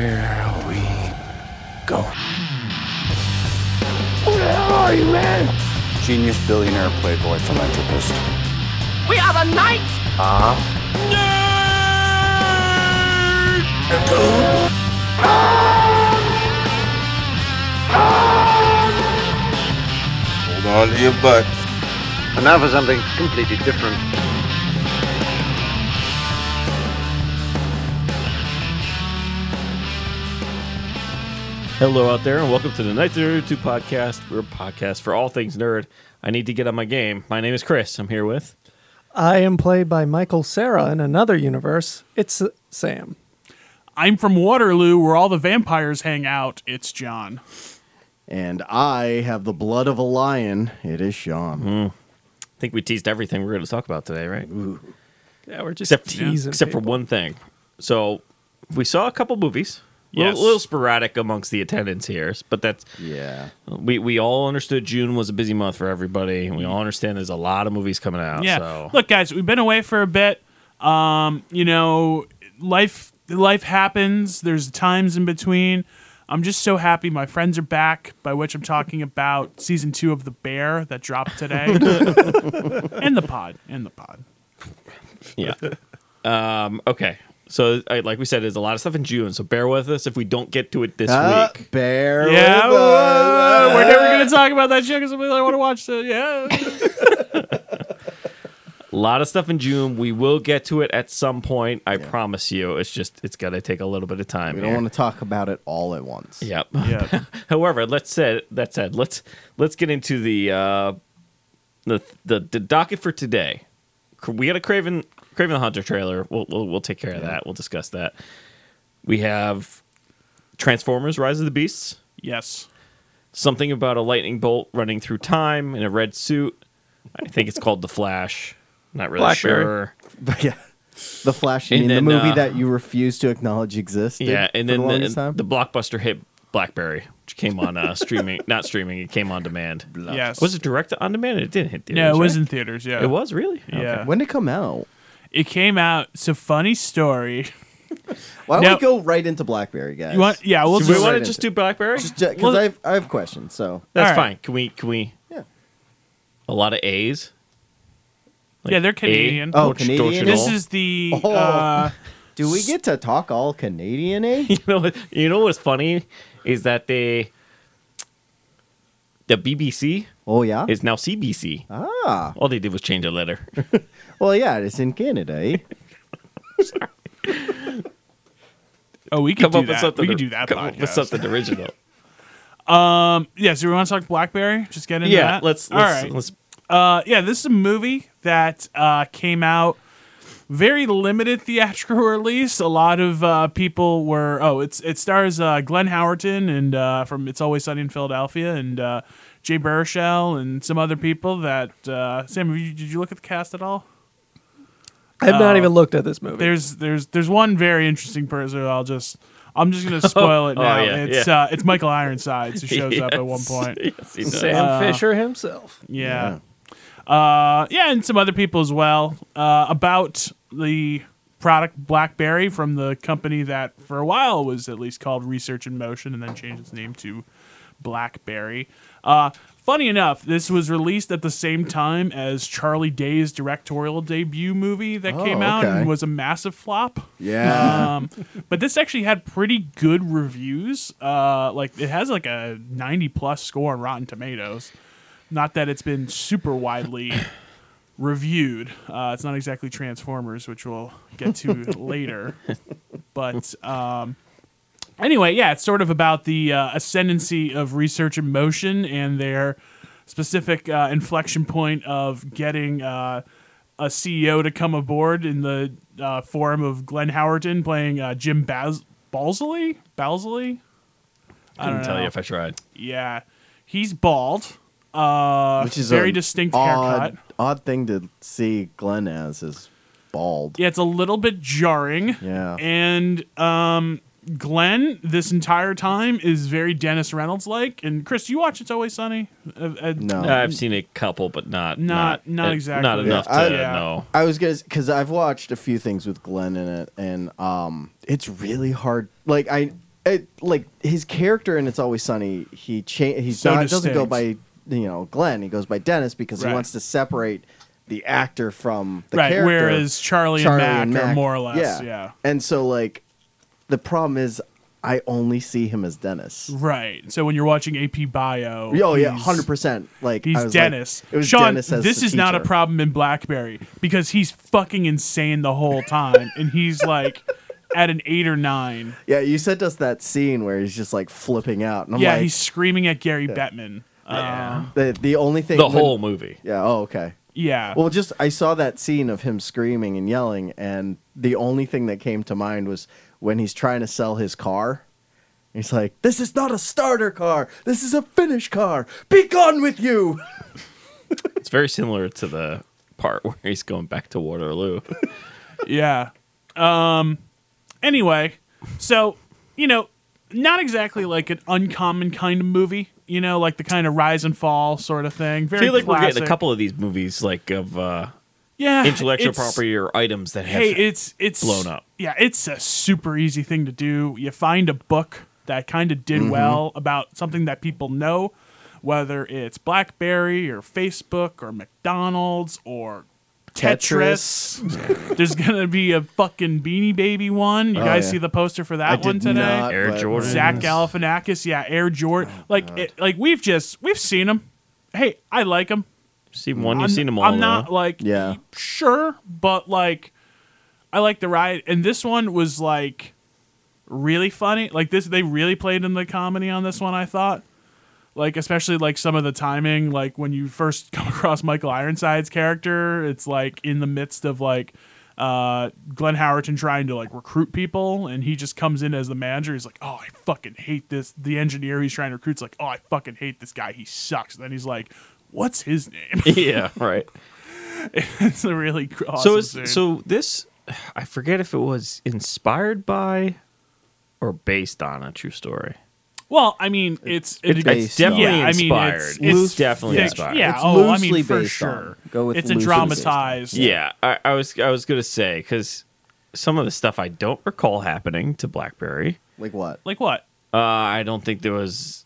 Here we go. Who the hell are you, man? Genius, billionaire, playboy, philanthropist. We are the knights. Ah. Nerd! Hold on to your butts. And now for something completely different. Hello out there, and welcome to the Night Nerd 2 podcast. We're a podcast for all things nerd. I need to get on my game. My name is Chris. I'm here with. I am played by Michael Sarah in another universe. It's uh, Sam. I'm from Waterloo, where all the vampires hang out. It's John. And I have the blood of a lion. It is Sean. Hmm. I think we teased everything we're going to talk about today, right? Yeah, we're just Except, teasing. except for people. one thing. So we saw a couple movies. A little, Yes. little sporadic amongst the attendance here, but that's Yeah. we we all understood June was a busy month for everybody, and we all understand there's a lot of movies coming out. yeah. so. Look, guys, we've been away for a bit. Um, you know, life life happens. There's times in between. I'm just so happy my friends are back. By which I'm talking about season two of The Bear that dropped today, and the pod, and the pod. Yeah. um, okay. So, I, like we said, there's a lot of stuff in June. So bear with us if we don't get to it this Uh, week. Oh, bear. Yeah, with us. whoa, we're never gonna talk about that shit because I want to watch the yeah. A lot of stuff in June. We will get to it at some point. I promise you. It's just it's got to take a little bit of time. We don't here. want to talk about it all at once. Yep. Yeah. However, let's said that said let's let's get into the uh, the, the the docket for today. C- We got a Craven Craven the Hunter trailer. We'll we'll, we'll take care of that. We'll discuss that. We have Transformers: Rise of the Beasts. yes. Something about a lightning bolt running through time in a red suit. I think it's called the Flash. Not really Blackberry. sure. But yeah. The Flash, you And mean then, the movie uh, that you refuse to acknowledge exists. Yeah, and then the the, longest time? the blockbuster hit BlackBerry, which came on uh, streaming, not streaming, it came on demand. Yes. Was it direct to on demand? It didn't hit theaters. No, it was right? in theaters. Yeah, It was really. Yeah, when did it come out? it came out. It's a funny story. Why don't Now- we go right into BlackBerry, guys? You want? Yeah, we'll Do just. we right want to into just do BlackBerry? Because well- uh, I, have, I have questions. So That's All right. fine. Can we? Can we? Yeah. A lot of A's. Like, yeah, they're A- Canadian. Oh, Don't you- don't you Canadian? this know? is the. Oh. Uh, do we get to talk all Canadian? Eh? you know. what- You know what's funny is that they, the BBC oh yeah. is now CBC. ah. All they did was change a letter. Well, yeah. It's in Canada. Eh? oh, we could Come do up with that. something. We could to- do that. Come up with podcast. something original. Um, yeah. So we want to talk BlackBerry? Just get into yeah. that. Let's. All let's, right. let's uh, yeah, this is a movie that uh, came out very limited theatrical release. A lot of uh, people were. Oh, it's it stars uh, Glenn Howerton and uh, from It's Always Sunny in Philadelphia and uh, Jay Baruchel and some other people. That uh, Sam, have you, did you look at the cast at all? I've Oh. not even looked at this movie. there's there's there's one very interesting person. I'll just I'm just gonna spoil it Oh, now. yeah, it's Uh, it's Michael Ironsides who shows up at one Yes. point. Yes, he does. Sam Fisher himself. Yeah. Uh, yeah, and some other people as well. Uh, about the product BlackBerry from the company that for a while was at least called Research in Motion and then changed its name to BlackBerry. Uh, funny enough, this was released at the same time as Charlie Day's directorial debut movie that Oh, came out okay. and was a massive flop. Yeah. Um, but this actually had pretty good reviews. Uh, like it has like a 90 plus score on Rotten Tomatoes. Not that it's been super widely reviewed. Uh, it's not exactly Transformers, which we'll get to later. But um, anyway, yeah, it's sort of about the uh, ascendancy of research in motion and their specific uh, inflection point of getting uh, a CEO to come aboard in the uh, form of Glenn Howerton playing uh, Jim Baz- Balsley. Balsley, I couldn't tell you if I tried. yeah, he's bald. Uh, Which is very a distinct odd, haircut. Odd thing to see Glenn as is bald. Yeah, it's a little bit jarring. Yeah. And um, Glenn, this entire time, is very Dennis Reynolds like. And Chris, you watch It's Always Sunny? Uh, uh, No. I've seen a couple, but not Not- not eh, exactly. not enough Yeah, to I- know. I was gonna because I've watched a few things with Glenn in it, and um, it's really hard. Like I, it, like his character in It's Always Sunny, he cha- he's So not doesn't go by distinct. you know Glenn. He goes by Dennis because Right. he wants to separate the actor from the right. character. Whereas Charlie, and Mac, are more or less, yeah. And so like the problem is I only see him as Dennis. Right. So when you're watching AP Bio, Oh yeah, he's- hundred percent. Like I He's was like- Dennis. it was Sean, Dennis as this the is not a teacher. problem in BlackBerry because he's fucking insane the whole time, and he's like at an eight or nine. Yeah, you sent us that scene where he's just like flipping out, and I'm yeah, like, he's screaming at Gary Bettman. Uh, the the only thing The when- whole movie. Yeah. Oh, okay. yeah. Well, just I saw that scene of him screaming and yelling, and the only thing that came to mind was when he's trying to sell his car. He's like, "This is not a starter car. This is a finish car. Be gone with you." It's very similar to the part where he's going back to Waterloo. Yeah. Um. Anyway, so you know, not exactly like an uncommon kind of movie. You know, like the kind of rise and fall sort of thing. I Very feel like we're getting classic. a couple of these movies like of uh, yeah intellectual it's- property or items that have Hey, it's it's blown up. Yeah, it's a super easy thing to do. You find a book that kind of Mm-hmm. did well about something that people know, whether it's BlackBerry or Facebook or McDonald's or Tetris. There's gonna be a fucking Beanie Baby one. You Oh, guys yeah. see the poster for that I one did today? not, Oh, Air but- Jordan. Zach Galifianakis, yeah, Air Jordan. like, it, like we've just we've seen them. Hey, I like them. seen one, you've I'm, seen them all. I'm not though. like Yeah. sure, but like I like the ride, and this one was like really funny. Like this, they really played in the comedy on this one. I thought, like especially like some of the timing, like when you first come across Michael Ironside's character, it's like in the midst of like. Uh, Glenn Howerton trying to like recruit people, and he just comes in as the manager. He's like, "Oh, I fucking hate this." The engineer he's trying to recruit's like, "Oh, I fucking hate this guy. He sucks." And then he's like, "What's his name?" yeah, right. it's a really gr- awesome so is scene. so this I forget if it was inspired by or based on a true story. well i mean it's It's it- based It's definitely yeah, I mean, inspired. it's- it's, it's definitely fic- inspired. yeah It's oh i mean loosely for based on. sure Go with it's a loosely based on. dramatized Yeah, I, I was I was gonna say because some of the stuff I don't recall happening to BlackBerry. Like what? like what Uh, I don't think there was.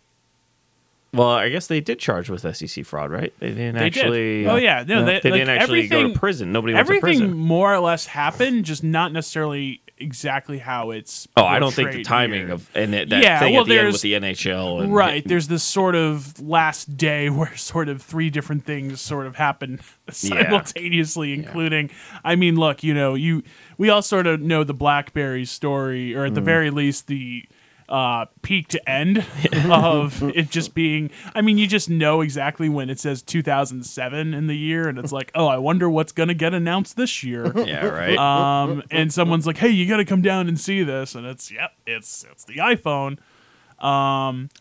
Well, I guess they did charge with SEC fraud, right? They didn't they actually. did. oh yeah no they, They like, didn't actually everything, go to prison. Nobody went to everything prison. more or less happened just not necessarily exactly how it's Oh, I don't think the portrayed timing here. of and that, that Yeah, thing well, at the end there's- with the NHL and Right, there's this sort of last day where sort of three different things sort of happen simultaneously, including. I mean, look, you know, you we all sort of know the BlackBerry story, or at the very least the uh, peak to end of it just being. I mean, you just know exactly when it says 2007 in the year, and it's like, oh, I wonder what's gonna get announced this year. yeah, right. Um, and someone's like, "Hey, you got to come down and see this," and it's yep, it's it's the iPhone.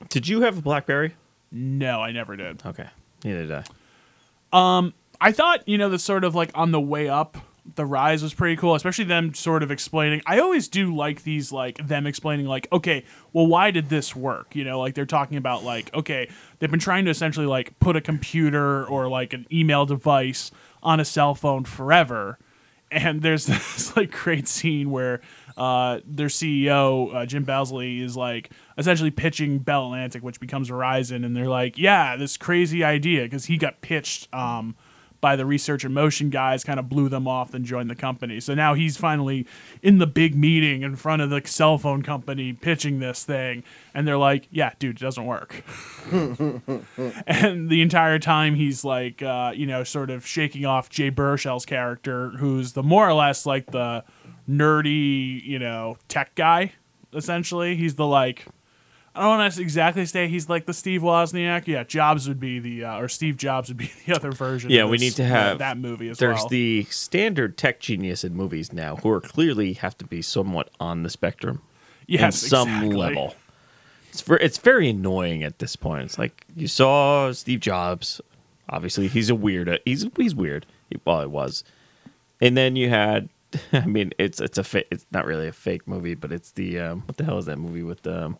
did you have a BlackBerry? No, I never did. Okay, neither did I. I thought, you know, the sort of like on the way up, the rise was pretty cool, especially them sort of explaining. I always do like these, like them explaining, like, okay, well, why did this work? You know, like they're talking about, like, okay, they've been trying to essentially like put a computer or like an email device on a cell phone forever. And there's this like great scene where uh, their CEO uh, Jim Belsley is like essentially pitching Bell Atlantic, which becomes Verizon, and they're like, "Yeah, this crazy idea," because he got pitched um, by the research and motion guys kind of blew them off and joined the company. So now he's finally in the big meeting in front of the cell phone company pitching this thing and they're like, "Yeah, dude, it doesn't work." and the entire time he's like uh, you know, sort of shaking off Jay Baruchel's character who's the more or less like the nerdy, you know, tech guy essentially. He's the like I don't want to exactly say he's like the Steve Wozniak. Yeah, Jobs would be the uh, or Steve Jobs would be the other version. Yeah, of we this- need to have that movie as There's well. the standard tech genius in movies now, who are clearly have to be somewhat on the spectrum in yes, some exactly. level. It's ver- it's very annoying at this point. It's like you saw Steve Jobs. Obviously, he's a weirdo. He's he's weird. He, well, he was. And then you had, I mean, it's it's a fa- it's not really a fake movie, but it's the um, what the hell is that movie with um,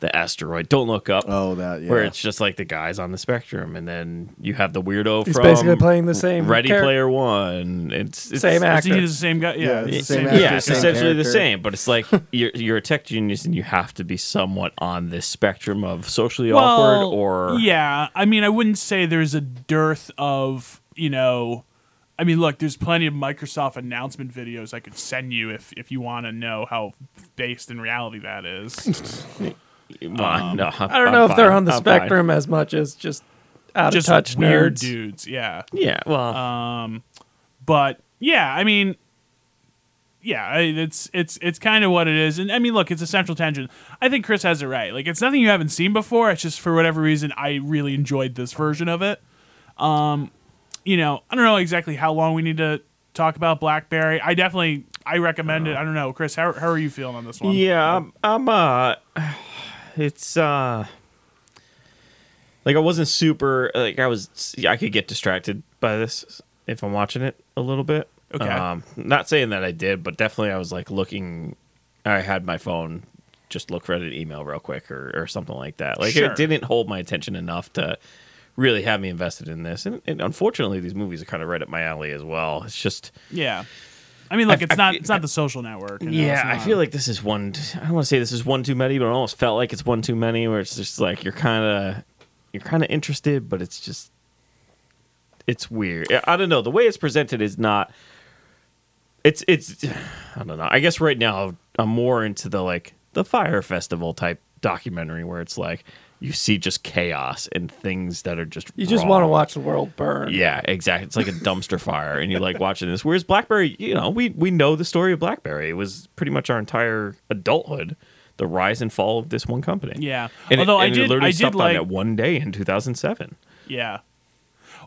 the asteroid. Don't look up. Oh, that, yeah. Where it's just like the guys on the spectrum, and then you have the weirdo He's from basically playing the same Ready character. Player One. It's, it's Same Is actor. he the same guy? Yeah, Yeah, it's it's the the same. same actor, yeah, guy. it's essentially the character. same, but it's like you're you're a tech genius and you have to be somewhat on this spectrum of socially awkward or yeah i mean i wouldn't say there's a dearth of you know i mean look there's plenty of microsoft announcement videos i could send you if if you want to know how based in reality that is Well, no, I'm- I don't I'm know if they're fine. on the I'm fine. spectrum as much as just out just of touch weird nerds. dudes yeah Yeah, well, but yeah i mean yeah I- it's it's it's kind of what it is and i mean look it's a central tangent i think chris has it right like it's nothing you haven't seen before it's just for whatever reason i really enjoyed this version of it um you know i don't know exactly how long we need to talk about blackberry i definitely i recommend it i don't know chris how, how are you feeling on this one yeah, I'm, I'm uh, it's uh, like I wasn't super like I was I could get distracted by this if I'm watching it a little bit. Okay. um, not saying that I did, but definitely I was like looking. I had my phone just look for an email real quick or or something like that. Like Sure. it didn't hold my attention enough to really have me invested in this. And, and unfortunately, these movies are kind of right up my alley as well. It's just. yeah i mean look I- it's I not feel- it's not the social network you know, Yeah, it's I not- feel like this is one. I don't want to say this is one too many, but it almost felt like it's one too many, where it's just like you're kind of you're kind of interested, but it's just it's weird. I- I don't know. The way it's presented is not. It's it's I don't know. I guess right now I'm more into the like the fire festival type documentary where it's like you see just chaos and things that are just You just wrong. want to watch the world burn. Yeah, exactly. It's like a dumpster fire, and you're like watching this. Whereas BlackBerry, you know, we we know the story of BlackBerry. It was pretty much our entire adulthood, the rise and fall of this one company. yeah and although it, i and it did literally i did stopped like on that one day in 2007. Yeah.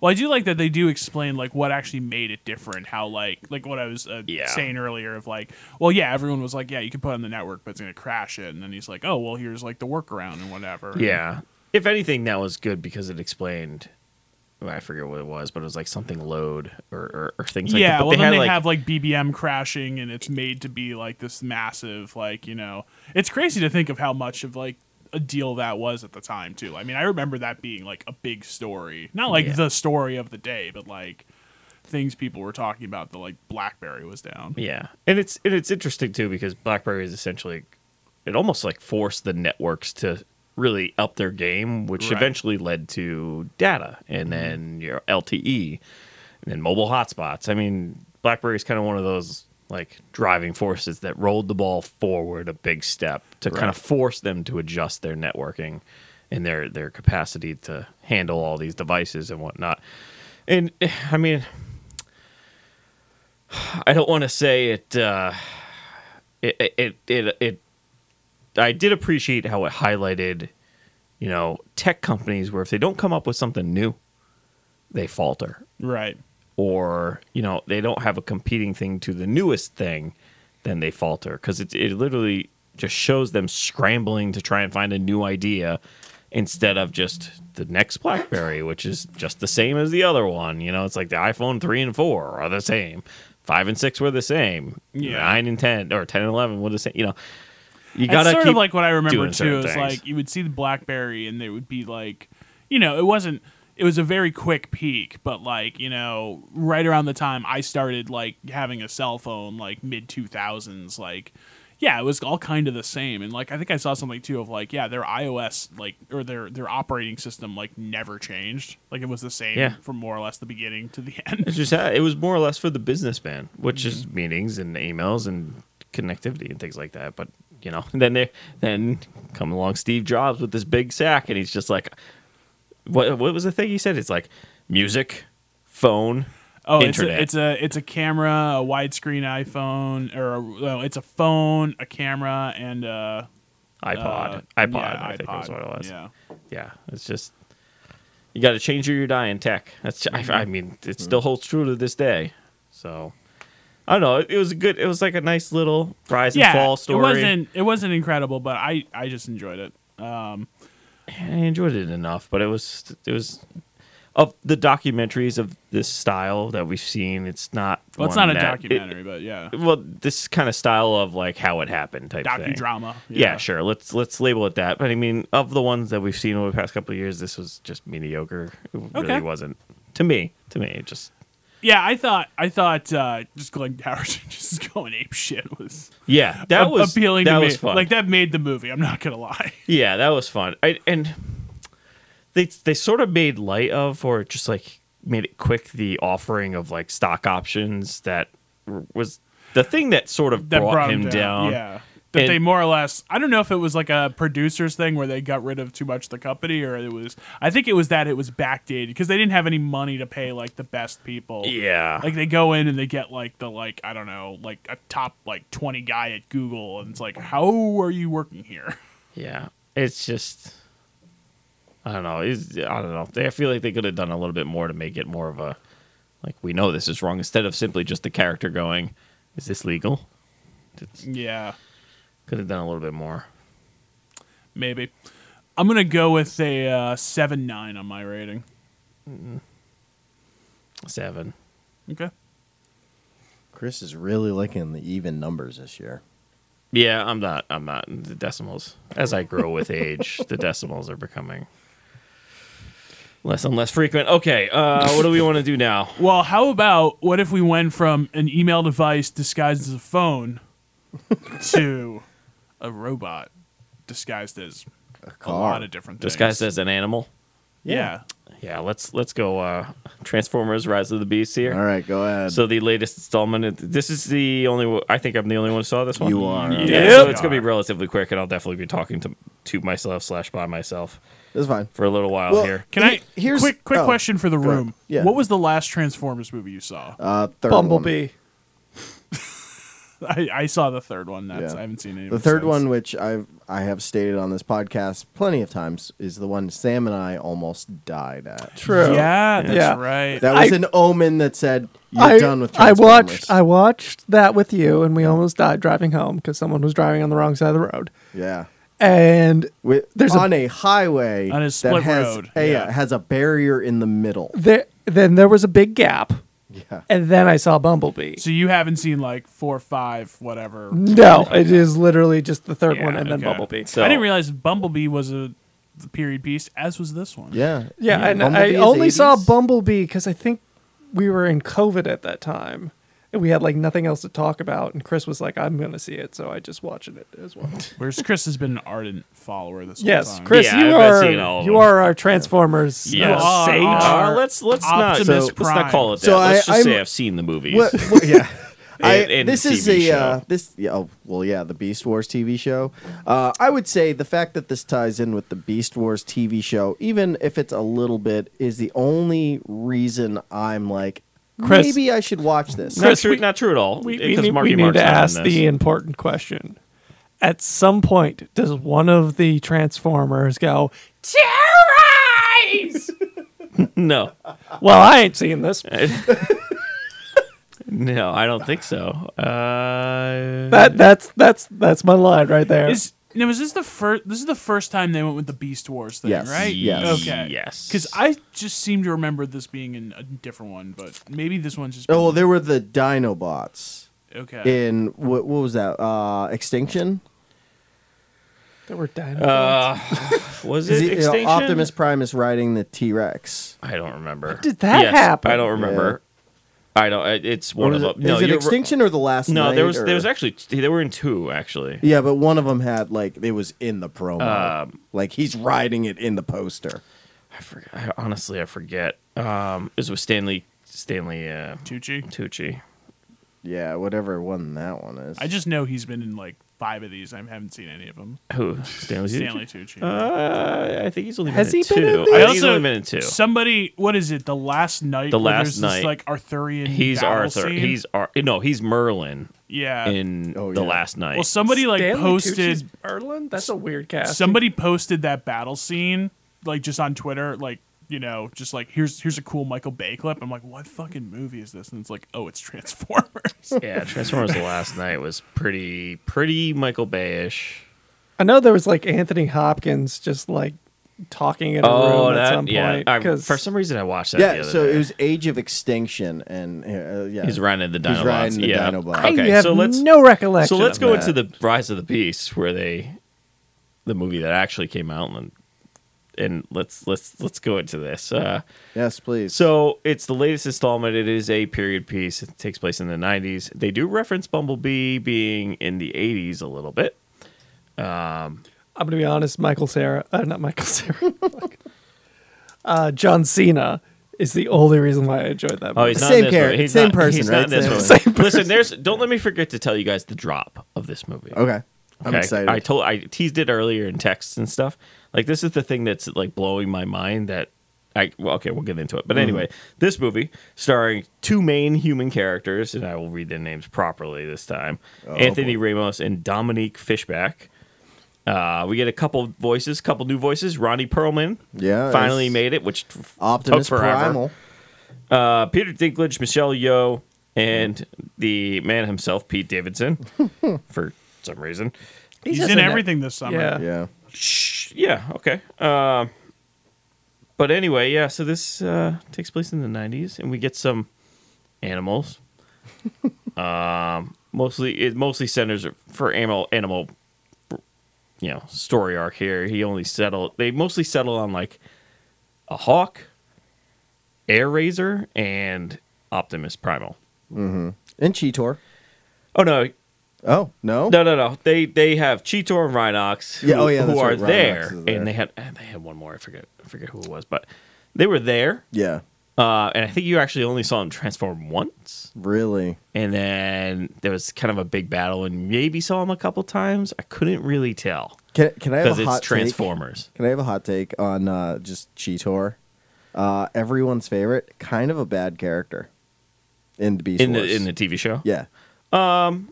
Well, I do like that they do explain like what actually made it different. How like like what I was uh, Yeah. saying earlier of like, well, yeah, everyone was like, yeah, you can put it on the network, but it's gonna crash it. And then he's like, oh, well, here's like the workaround and whatever. Yeah, if anything, that was good because it explained. well, I forget what it was, but it was like something load or, or, or things like yeah. that. But well, then had they like, have like BBM crashing, and it's made to be like this massive, like you know, it's crazy to think of how much of like a deal that was at the time too. I mean, I remember that being like a big story, not like Yeah. the story of the day, but like things people were talking about that like BlackBerry was down. Yeah, and it's and it's interesting too because BlackBerry is essentially it almost like forced the networks to really up their game, which Right. eventually led to data and then your LTE E and then mobile hotspots. I mean, BlackBerry is kind of one of those like driving forces that rolled the ball forward a big step to kind of force them to adjust their networking and their their capacity to handle all these devices and whatnot. And I mean, I don't want to say it, uh, it, it, it, it, it, I did appreciate how it highlighted, you know, tech companies where if they don't come up with something new, they falter Right. or, you know, they don't have a competing thing to the newest thing, then they falter. Cause it, it literally just shows them scrambling to try and find a new idea instead of just the next Blackberry, which is just the same as the other one. You know, it's like the iPhone 3 and 4 are the same. Five and six were the same. Yeah. Nine and ten, or ten and eleven were the same. You know, you That's gotta sort keep of like what I remember doing too. certain Is things. like you would see the BlackBerry, and there would be like, you know, it wasn't. It was a very quick peak, but like you know, right around the time I started like having a cell phone, like mid two thousands, like yeah, it was all kind of the same. And like I think I saw something too of like yeah, their iOS like or their their operating system like never changed. Like it was the same Yeah. from more or less the beginning to the end. It's just that- it was more or less for the businessman, which is Mm-hmm. meetings and emails and connectivity and things like that. But you know, then they then come along Steve Jobs with this big sack, and he's just like, what What was the thing he said? It's like music, phone, Oh, internet. it's a, it's a it's a camera, a widescreen iPhone, or a, no, it's a phone, a camera, and uh, iPod, uh, iPod. yeah, I think that's what it was. Yeah, yeah, it's just you got to change or you're dying tech. That's I, Mm-hmm. I mean, it still holds true to this day. So I don't know. It, it was a good. It was like a nice little rise and yeah. fall story. It wasn't it wasn't incredible, but I I just enjoyed it. Um, I enjoyed it enough, but it was it was. of the documentaries of this style that we've seen. It's not. Well, it's one not a that- documentary, but yeah, it- well, this kind of style of like how it happened type thing. docudrama. Yeah. sure. Let's let's label it that. But I mean, of the ones that we've seen over the past couple of years, this was just mediocre. It Okay. really wasn't to me. To me, it just Yeah, I thought I thought uh, just Glenn Howerton just going ape shit was yeah. That a- was appealing That to me. was fun. Like that made the movie. I'm not gonna lie. Yeah, that was fun. I, and they they sort of made light of or just like made it quick the offering of like stock options that was the thing that sort of That brought, brought him down. Yeah, that And- they more or less. I don't know if it was like a producers thing where they got rid of too much of the company, or it was. I think it was that it was backdated because they didn't have any money to pay like the best people. Yeah. Like they go in and they get like the like I don't know like a top like twenty guy at Google and it's like how are you working here? yeah. It's just I don't know. It's, I don't know. They, I feel like they could have done a little bit more to make it more of a like we know this is wrong instead of simply just the character going, is this legal? It's, Yeah, could have done a little bit more. maybe. I'm gonna go with a uh, seven nine on my rating. 7. Okay. Chris is really liking the even numbers this year. Yeah, I'm not. I'm not. The decimals, as I grow with age, the decimals are becoming less and less frequent. Okay, uh, what do we want to do now? Well, how about what if we went from an email device disguised as a phone to a robot disguised as A a lot of different things? Disguised as an animal. yeah. Yeah, let's let's go. Uh, Transformers: Rise of the Beast here. All right, go ahead. So the latest installment. of- This is the only. one- I think I'm the only one who saw this one. you are. Yeah. Yeah, Yep. so it's gonna be relatively quick, and I'll definitely be talking to to myself slash by myself That's fine. for a little while Well, here. Can He- I? here's- quick quick oh, question for the ahead. room. Yeah. What was the last Transformers movie you saw? Uh, third one. Bumblebee. I, I saw the third one. That's Yeah. I haven't seen any. The third one, which I've I have stated on this podcast plenty of times, is the one Sam and I almost died at. True. Yeah, that's Yeah. right. That was I- an omen that said you're I, done with. I Transformers. watched I watched that with you and we almost died driving home because someone was driving on the wrong side of the road. yeah. And With, There's a- on a, highway On a split that has, road, a- uh, yeah. has a barrier in the middle. there then there was a big gap. Yeah. And then I saw Bumblebee. so you haven't seen like four, five, whatever. No, it is literally just the third Yeah, one and then okay. Bumblebee. So- I didn't realize Bumblebee was a period piece, as was this one. Yeah. Yeah, and I Bumblebee is only saw 80s. Bumblebee because I think we were in COVID at that time. And we had like nothing else to talk about, and Chris was like, "I'm going to see it," so I just watched it as well. Whereas Chris has been an ardent follower this whole yes, time. Chris, Yeah, you I've been seeing all are of you them. are our Transformers. Yes. Oh, sage. oh, Uh, let's let's not Optimus let's not Prime. call it that. So let's I- just say I'm- I've seen the movies. What, what- yeah. I, And- and this is TV a uh, show. this yeah, oh, well yeah the Beast Wars TV show. Uh, I would say the fact that this ties in with the Beast Wars TV show, even if it's a little bit, is the only reason I'm like Chris- maybe I should watch this. not true, not true at all. We, we, because need, Marky we need Mark's to not in ask this. the uh, important question. At some point, does one of the Transformers go? Terrorize! no, well, I ain't seen this. no, I don't think so. Uh, That that's that's that's my line right there. Is now is this the first? This is the first time they went with the Beast Wars thing, Yes. right? Yes. Okay. Yes. Because I just seem to remember this being in a different one, but maybe this one's just. Oh, well, there were the Dinobots okay. in what, what was that? Uh, Extinction. there were dinosaurs. uh, was Is it he- you know, Extinction? Optimus Prime is riding the T Rex. I don't remember. did that yes, happen? I don't remember. I don't. I- It's one of Or is them. it, No, is it you're- Extinction or the Last? No, Knight, there was or- there was actually t- there were in two actually. Yeah, but one of them had like it was in the promo, Um, like he's riding it in the poster. I forget. I, honestly, I forget. Um, it was with Stanley Stanley uh, Tucci. Tucci. Yeah, whatever one that one is. I just know he's been in like five of these. I haven't seen any of them. Who Stanley? Tucci? Stanley Tucci. Uh, I think he's only been Has in he two. been in I these? think I he's also- only been in two. Somebody, what is it? The last night. The where Last there's Night. This, like Arthurian. He's battle Arthur. scene? He's Ar- no, he's Merlin yeah. in oh, the yeah. last night. well, somebody like Stanley posted. Tucci's Merlin? That's a weird cast. somebody posted that battle scene like just on Twitter, like you know, just like here's here's a cool Michael Bay clip. I'm like, what fucking movie is this? And it's like, oh, it's Transformers. yeah, Transformers: The Last Night was pretty pretty Michael Bay-ish. I know there was like Anthony Hopkins just like talking in a Oh, room that, at some yeah. point. I- 'cause- for some reason, I watched that. the Yeah, other so day. it was Age of Extinction, and uh, yeah, He's riding the Dinobots. He's riding the yeah. Dinobots. Okay, I have so let's no so recollection. let's of go that. into the Rise of the Beast, where they, the movie that actually came out, and and let's let's let's go into this. Uh, Yes, please. so it's the latest installment. It is a period piece. It takes place in the '90s. They do reference Bumblebee being in the '80s a little bit. I'm gonna be honest, Michael Sarah, uh, not Michael Sarah. uh, John Cena is the only reason why I enjoyed that. Oh, movie. he's not Same in this character- movie. He's same not- person, he's not right? in this Same- movie. same Listen, there's. Don't let me forget to tell you guys the drop of this movie. okay, I'm Okay, excited. I told I teased it earlier in texts and stuff. Like this is the thing that's like blowing my mind that I well, okay, we'll get into it. But Mm-hmm. anyway, this movie starring two main human characters and I will read their names properly this time. Oh, Anthony Ramos and Dominique Fishback. Uh, we get a couple voices, couple new voices. Ronnie Perlman Yeah, finally it's- made it, which f- Optimus took forever. Primal. Uh, Peter Dinklage, Michelle Yeoh, and the man himself, Pete Davidson, for some reason. He's, just in that- everything this summer. Yeah. Yeah, Shh, yeah okay um but anyway yeah so this uh takes place in the 90s and we get some animals um mostly it mostly centers for animal animal you know story arc here he only settle they mostly settle on like a hawk air razor and optimus primal and Cheetor. oh no Oh no, no, no, no. They they have Cheetor and Rhinox who, Yeah, oh, yeah, who that's are right. Rhinox there, is there. and they had and they had one more. I forget I forget who it was, but they were there. yeah, Uh, and I think you actually only saw them transform once, really. and then there was kind of a big battle, and maybe saw them a couple times. I couldn't really tell Can can I have because a it's hot take? Transformers. Can I have a hot take on uh, just Cheetor? Uh, everyone's favorite, kind of a bad character in the Beast In Wars. the in the TV show, yeah. Um,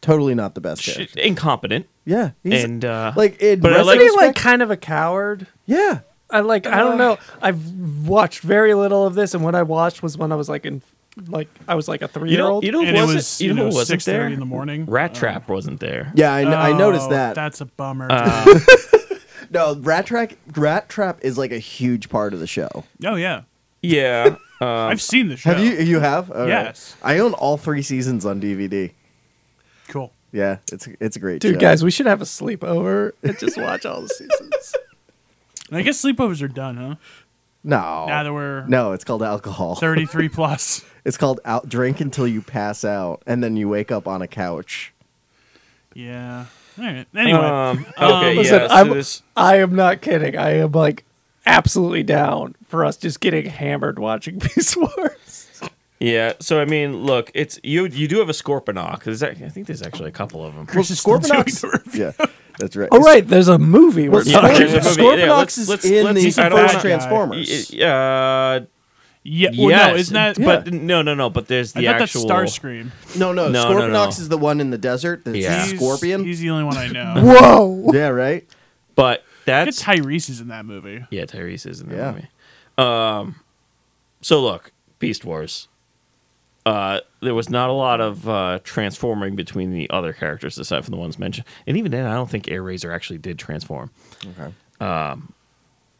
totally not the best Sh- character. incompetent, Yeah, he's- and uh, like in but I Wasn't like- he like retrospect- kind of a coward? yeah, I like I don't know. I've watched very little of this, and what I watched was when I was like in like I was like a three you year know, old. you know, who And it wasn't, was, you know, who wasn't six there thirty in the morning. Rat Trap wasn't there. yeah. I, kn- I noticed Oh, that. Uh, That's a bummer. No, Rat Trap. Rat Trap is like a huge part of the show. oh yeah, yeah. Uh, I've seen the show. um, Have you? You have? All right. Yes. I own all three seasons on DVD. Cool. Yeah, it's it's a great Dude, show. guys, we should have a sleepover and just watch all the seasons. And I guess sleepovers are done, huh? No. Now that we're Oh. no, it's called alcohol. thirty-three plus. It's called out drink until you pass out, and then you wake up on a couch. Yeah. All right. Anyway, Uh, um, okay, Oh, yeah. Listen, so I'm, this- I am not kidding. I am like absolutely down for us just getting hammered watching Beast Wars. Yeah, so I mean, look, it's you. You do have a Scorponok. There's, ac- I think there's actually a couple of them. Chris is still doing Scorponok's- the review. Yeah, that's right. Oh right, there's a movie we're Yeah, talking there's a about. movie. Scorponox Yeah, let's- is let's- in let's- the he's a bad first guy. Transformers. Uh, Yeah. Well, yes, no, isn't that? But no, no, no. But there's I the thought actual. that's Starscream. No, no, No, no, Scorponox no. is the one in the desert. That's Yeah. a He's- scorpion. He's the only one I know. Whoa! yeah, right. But I that's guess Tyrese is in that movie. yeah. Tyrese is in that Yeah. movie. Um, so look, Beast Wars. Uh, there was not a lot of uh, transforming between the other characters aside from the ones mentioned, and even then, I don't think Air Razor actually did transform. Um, Okay.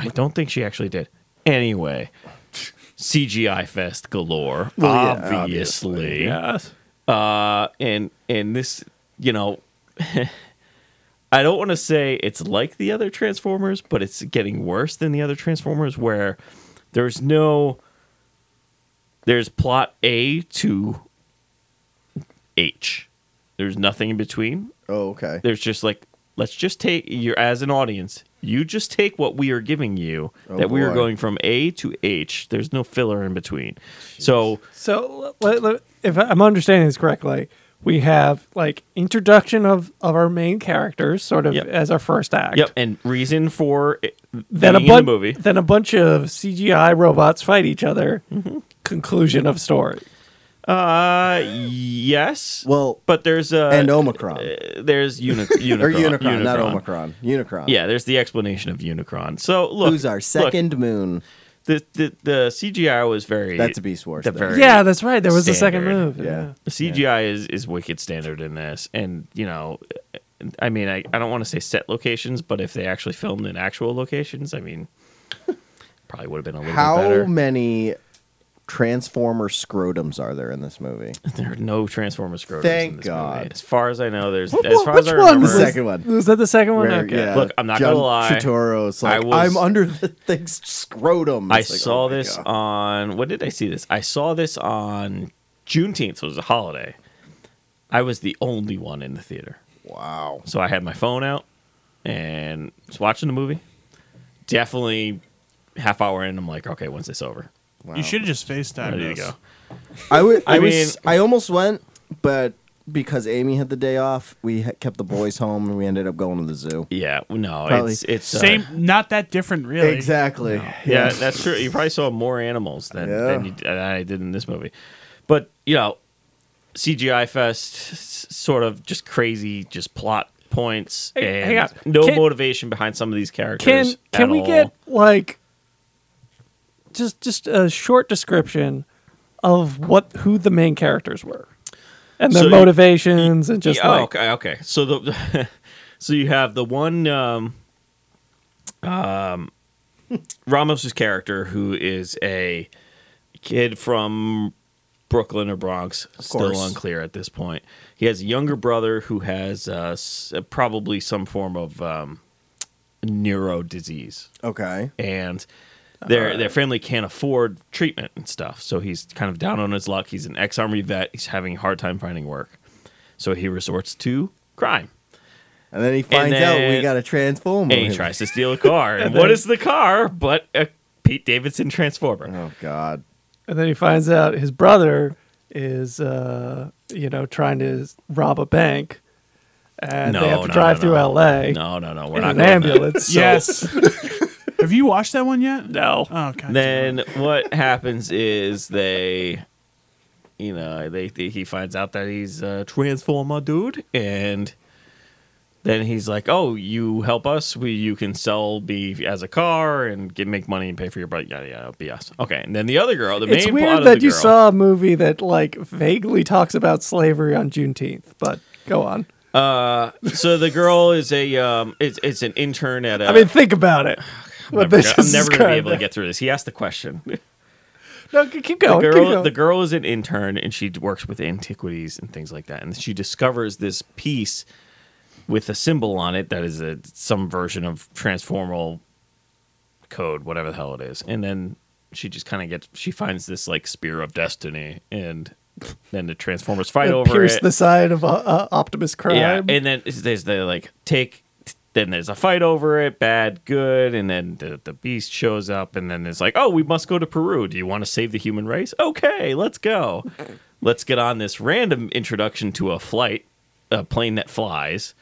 I don't think she actually did. Anyway, CGI fest galore, Well, yeah, obviously. Yes. Uh, and and this, you know, I don't want to say it's like the other Transformers, but it's getting worse than the other Transformers, where there's no, there's plot A to H. There's nothing in between Oh, okay. there's just like let's just take you as an audience you just take what we are giving you Oh, that we are boy. going from a to h there's no filler in between so So, let, let- if I'm understanding this correctly, we have like introduction of of our main characters, sort of Yep. as our first act. yep and reason for it Then a being in the bunch. movie Then a bunch of CGI robots fight each other. Mm-hmm. Conclusion of story. uh yes Well, but there's uh and Omicron uh, there's uni- unicron, or Unicron, not Omicron. Unicron. yeah there's the explanation of unicron so look Who's our look, second moon? the, the the cgi was very That's a Beast Wars. the thing. very- Yeah, that's right. There was a second standard. move. Yeah. The CGI is is wicked standard in this, and you know, I mean, I, I don't want to say set locations, but if they actually filmed in actual locations, I mean, probably would have been a little bit How better. many Transformer scrotums are there in this movie? There are no Transformers scrotums in Thank this God. Movie. As far as I know, there's Wh- as wh- far as I which remember, one? The Was- second one. Was that the second one? Where, Okay. yeah, Look, I'm not gonna John lie. Turturro's I like, was- I'm under the thing's scrotum. I It's like, saw oh my this God. on when did I see this? I saw this on Juneteenth was a holiday. I was the only one in the theater. wow. So I had my phone out and was watching the movie. Definitely half hour in, I'm like, okay, once this over. wow. You should have just FaceTime There you this. go. I would. I, I mean- was. I almost went, but because Amy had the day off, we ha- kept the boys home, and we ended up going to the zoo. Yeah, no, Probably. it's it's uh, Same, not that different, really. Exactly. Yeah, that's true. You probably saw more animals than, than, Yeah. you, than I did in this movie. But, you know, CGI Fest, s- sort of just crazy, just plot points Hey, and hang on. no Can- motivation behind some of these characters. Can at can we all. get like just just a short description of what who the main characters were and their So you- motivations and just Yeah, like Oh, okay, okay. So the so you have the one um, um, Ramos's character who is a kid from Brooklyn or Bronx, still course. unclear at this point. He has a younger brother who has uh, s- probably some form of um, neuro disease Okay. and their their family can't afford treatment and stuff. So he's kind of down on his luck. He's an ex army vet. He's having a hard time finding work, so he resorts to crime. And then he finds out we then- got a transformer. And he tries to steal a car. and what is the car but a Pete Davidson transformer? Oh God. and then he finds out his brother is uh you know trying to rob a bank and no, they have to no, drive no, through no. LA No, no, no. We're in not going an there. ambulance. so- Uh, Yes. have you watched that one yet? No. Oh, God. then what happens is they you know they, they he finds out that he's a transformer dude and then he's like oh you help us we you can sell me as a car and get make money and pay for your bike yada yada bs okay and then the other girl the It's main plot weird of that the you girl- saw a movie that like vaguely talks about slavery on Juneteenth, but go on. uh, so the girl is a um it's it's an intern at a I mean, think about it. What never they gonna- just i'm never gonna be able to described. get through this he asked the question No, c- keep going. the keep girl going. the girl is an intern and she works with antiquities and things like that and she discovers this piece with a symbol on it that is a some version of transformal code whatever the hell it is and then she just kind of gets she finds this like spear of destiny and then the transformers fight It over pierced it the side of uh, uh, Optimus Prime. yeah and then it's- there's the like take then there's a fight over it bad good and then the, the beast shows up and then it's like oh we must go to peru do you want to save the human race okay let's go let's get on this random introduction to a flight a plane that flies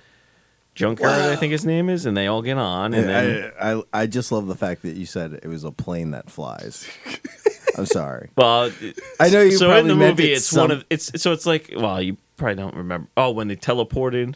junkyard i think his name is and they all get on and then I, I I just love the fact that you said it was a plane that flies. I'm sorry. well I know you so in probably the meant movie it it's some- one of it's so it's like well you probably don't remember oh when they teleported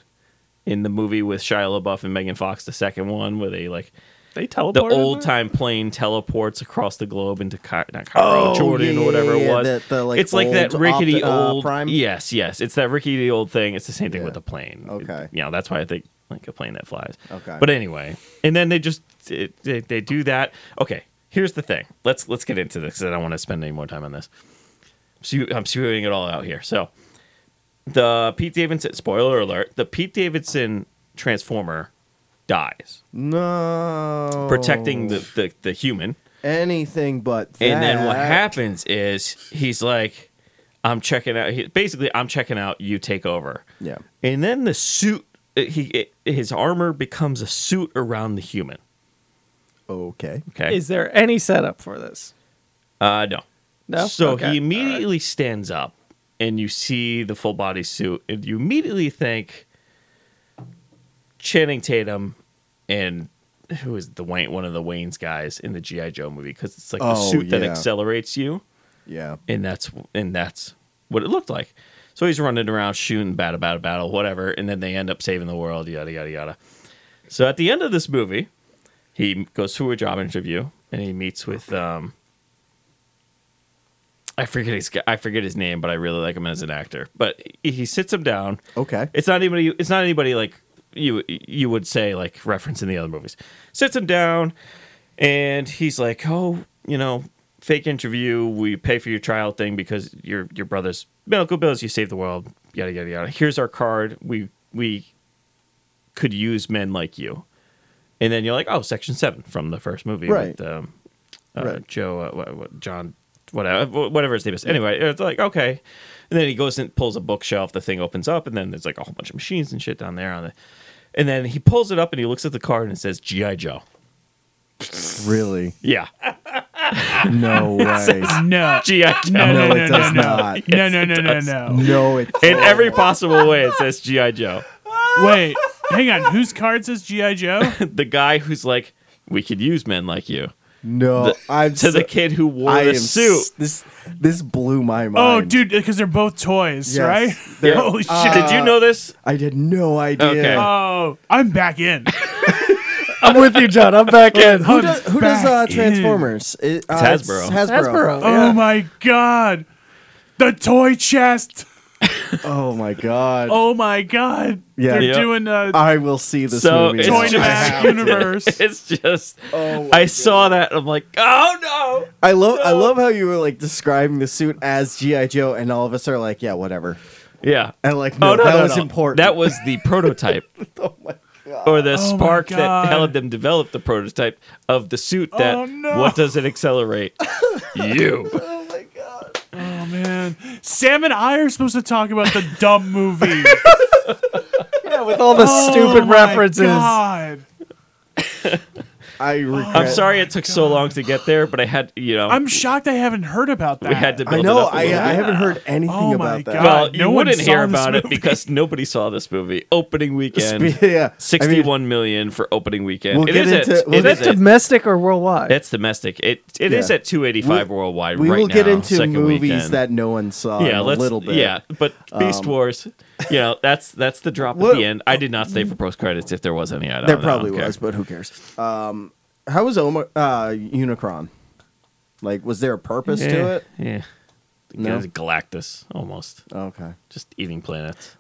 in the movie with Shia LaBeouf and Megan Fox the second one where they like they teleported. the her? old time plane teleports across the globe into Ky- not Cairo, Oh, Jordan yeah, or whatever yeah, it yeah, was. that- the, like, it's like that old rickety Opti- uh, old Prime? Yes, yes, it's that rickety old thing. It's the same thing Yeah. with the plane. Okay. It- you know that's why I think like a plane that flies. Okay. but anyway, and then they just it, they, they do that. Okay, here's the thing. Let's let's get into this 'cause I don't want to spend any more time on this. Spew- I'm spewing it all out here. So the Pete Davidson spoiler alert: the Pete Davidson transformer dies, No. protecting the, the the human. anything but Oh. that. And then what happens is he's like, I'm checking out. He, basically, I'm checking out. You take over. Yeah. And then the suit, it- he it, his armor becomes a suit around the human. Okay. Okay. Is there any setup for this? uh, no. No. So Okay. he immediately stands up, and you see the full body suit, and you immediately think Channing Tatum and who is the Wayne, one of the Wayne's guys in the GI Joe movie because it's like the Oh, suit that yeah. accelerates you. Yeah. and that's and that's what it looked like. So he's running around shooting battle, battle, battle, whatever, and then they end up saving the world, yada yada yada. So at the end of this movie, he goes through a job interview and he meets with um, I forget his I forget his name, but I really like him as an actor. But he- he sits him down. Okay. It's not anybody. It's not anybody like you you would say like reference in the other movies. Sits him down, and he's like, "Oh, you know, fake interview. We pay for your trial thing because your your brother's medical bills. You saved the world. Yada yada yada. Here's our card. We we could use men like you." And then you're like, "Oh, Section Seven from the first movie, Right. With, um, uh, Right. Joe, uh, what, what, John, whatever, whatever his name is. Anyway, it's like okay, and then he goes and pulls a bookshelf. The thing opens up, and then there's like a whole bunch of machines and shit down there on the. And then he pulls it up and he looks at the card and it says GI Joe. Really? Yeah, No way. No. GI Joe. No, no, No, no, it does no. not. No, no, no, no, no. No, it. In every possible way, it says GI Joe. Wait, hang on. Whose card says GI Joe? The guy who's like, "We could use men like you." No, I'm. To the so- kid who wore I the am suit. s- This this blew my Oh, mind. dude, because they're both toys, Yes. right? Yeah. Holy shit. Uh, Did you know this? I had no idea. Okay. Oh, I'm back in. I'm with you, John. I'm back in. Who does, who does uh, Oh, Back in. Transformers? It, uh, Hasbro. it's Hasbro. Hasbro. Oh my god. The toy chest. Oh my god. Oh my god. Yeah. They're Yep. doing uh, I will see this So movie. it's now. Join us. I- Mac universe. It's just. Oh my I saw that. And I'm like, oh no. I love I love how you were like describing the suit as GI Joe, and all of us are like, yeah, whatever. Yeah. And like, Oh, no, that was important. Oh, That was the prototype. Or the Oh, my spark that God. helped them develop the prototype of the suit that Oh, no. what does it accelerate? you. Oh man. Sam and I are supposed to talk about the dumb movie. With all the Oh, stupid my references. God. I regret. I'm sorry it took so long to get there, but I had you know I'm shocked I haven't heard about that. we had to build I it know. up a I, I little bit. haven't heard anything Oh my about that. God. Well, God, you no one wouldn't hear saw this about it movie. because nobody saw this movie. Opening weekend, Spe- yeah. I mean- sixty-one million for opening weekend. We'll It get is into- at, we'll it get is Is that at, domestic or worldwide? that's domestic. It it is Yeah. at two eighty-five worldwide. We right will get now, into second movies weekend. that no one saw in yeah, a let's, little bit. Um, Yeah, but Beast Wars, you know, that's that's the drop at What- the end. I did not stay for post credits if there was any. I don't, there I don't probably care. was, but who cares? Um, how was Omar, uh, Unicron? Like, was there a purpose yeah, to it? Yeah, No? Guys, Galactus almost Okay. just eating planets.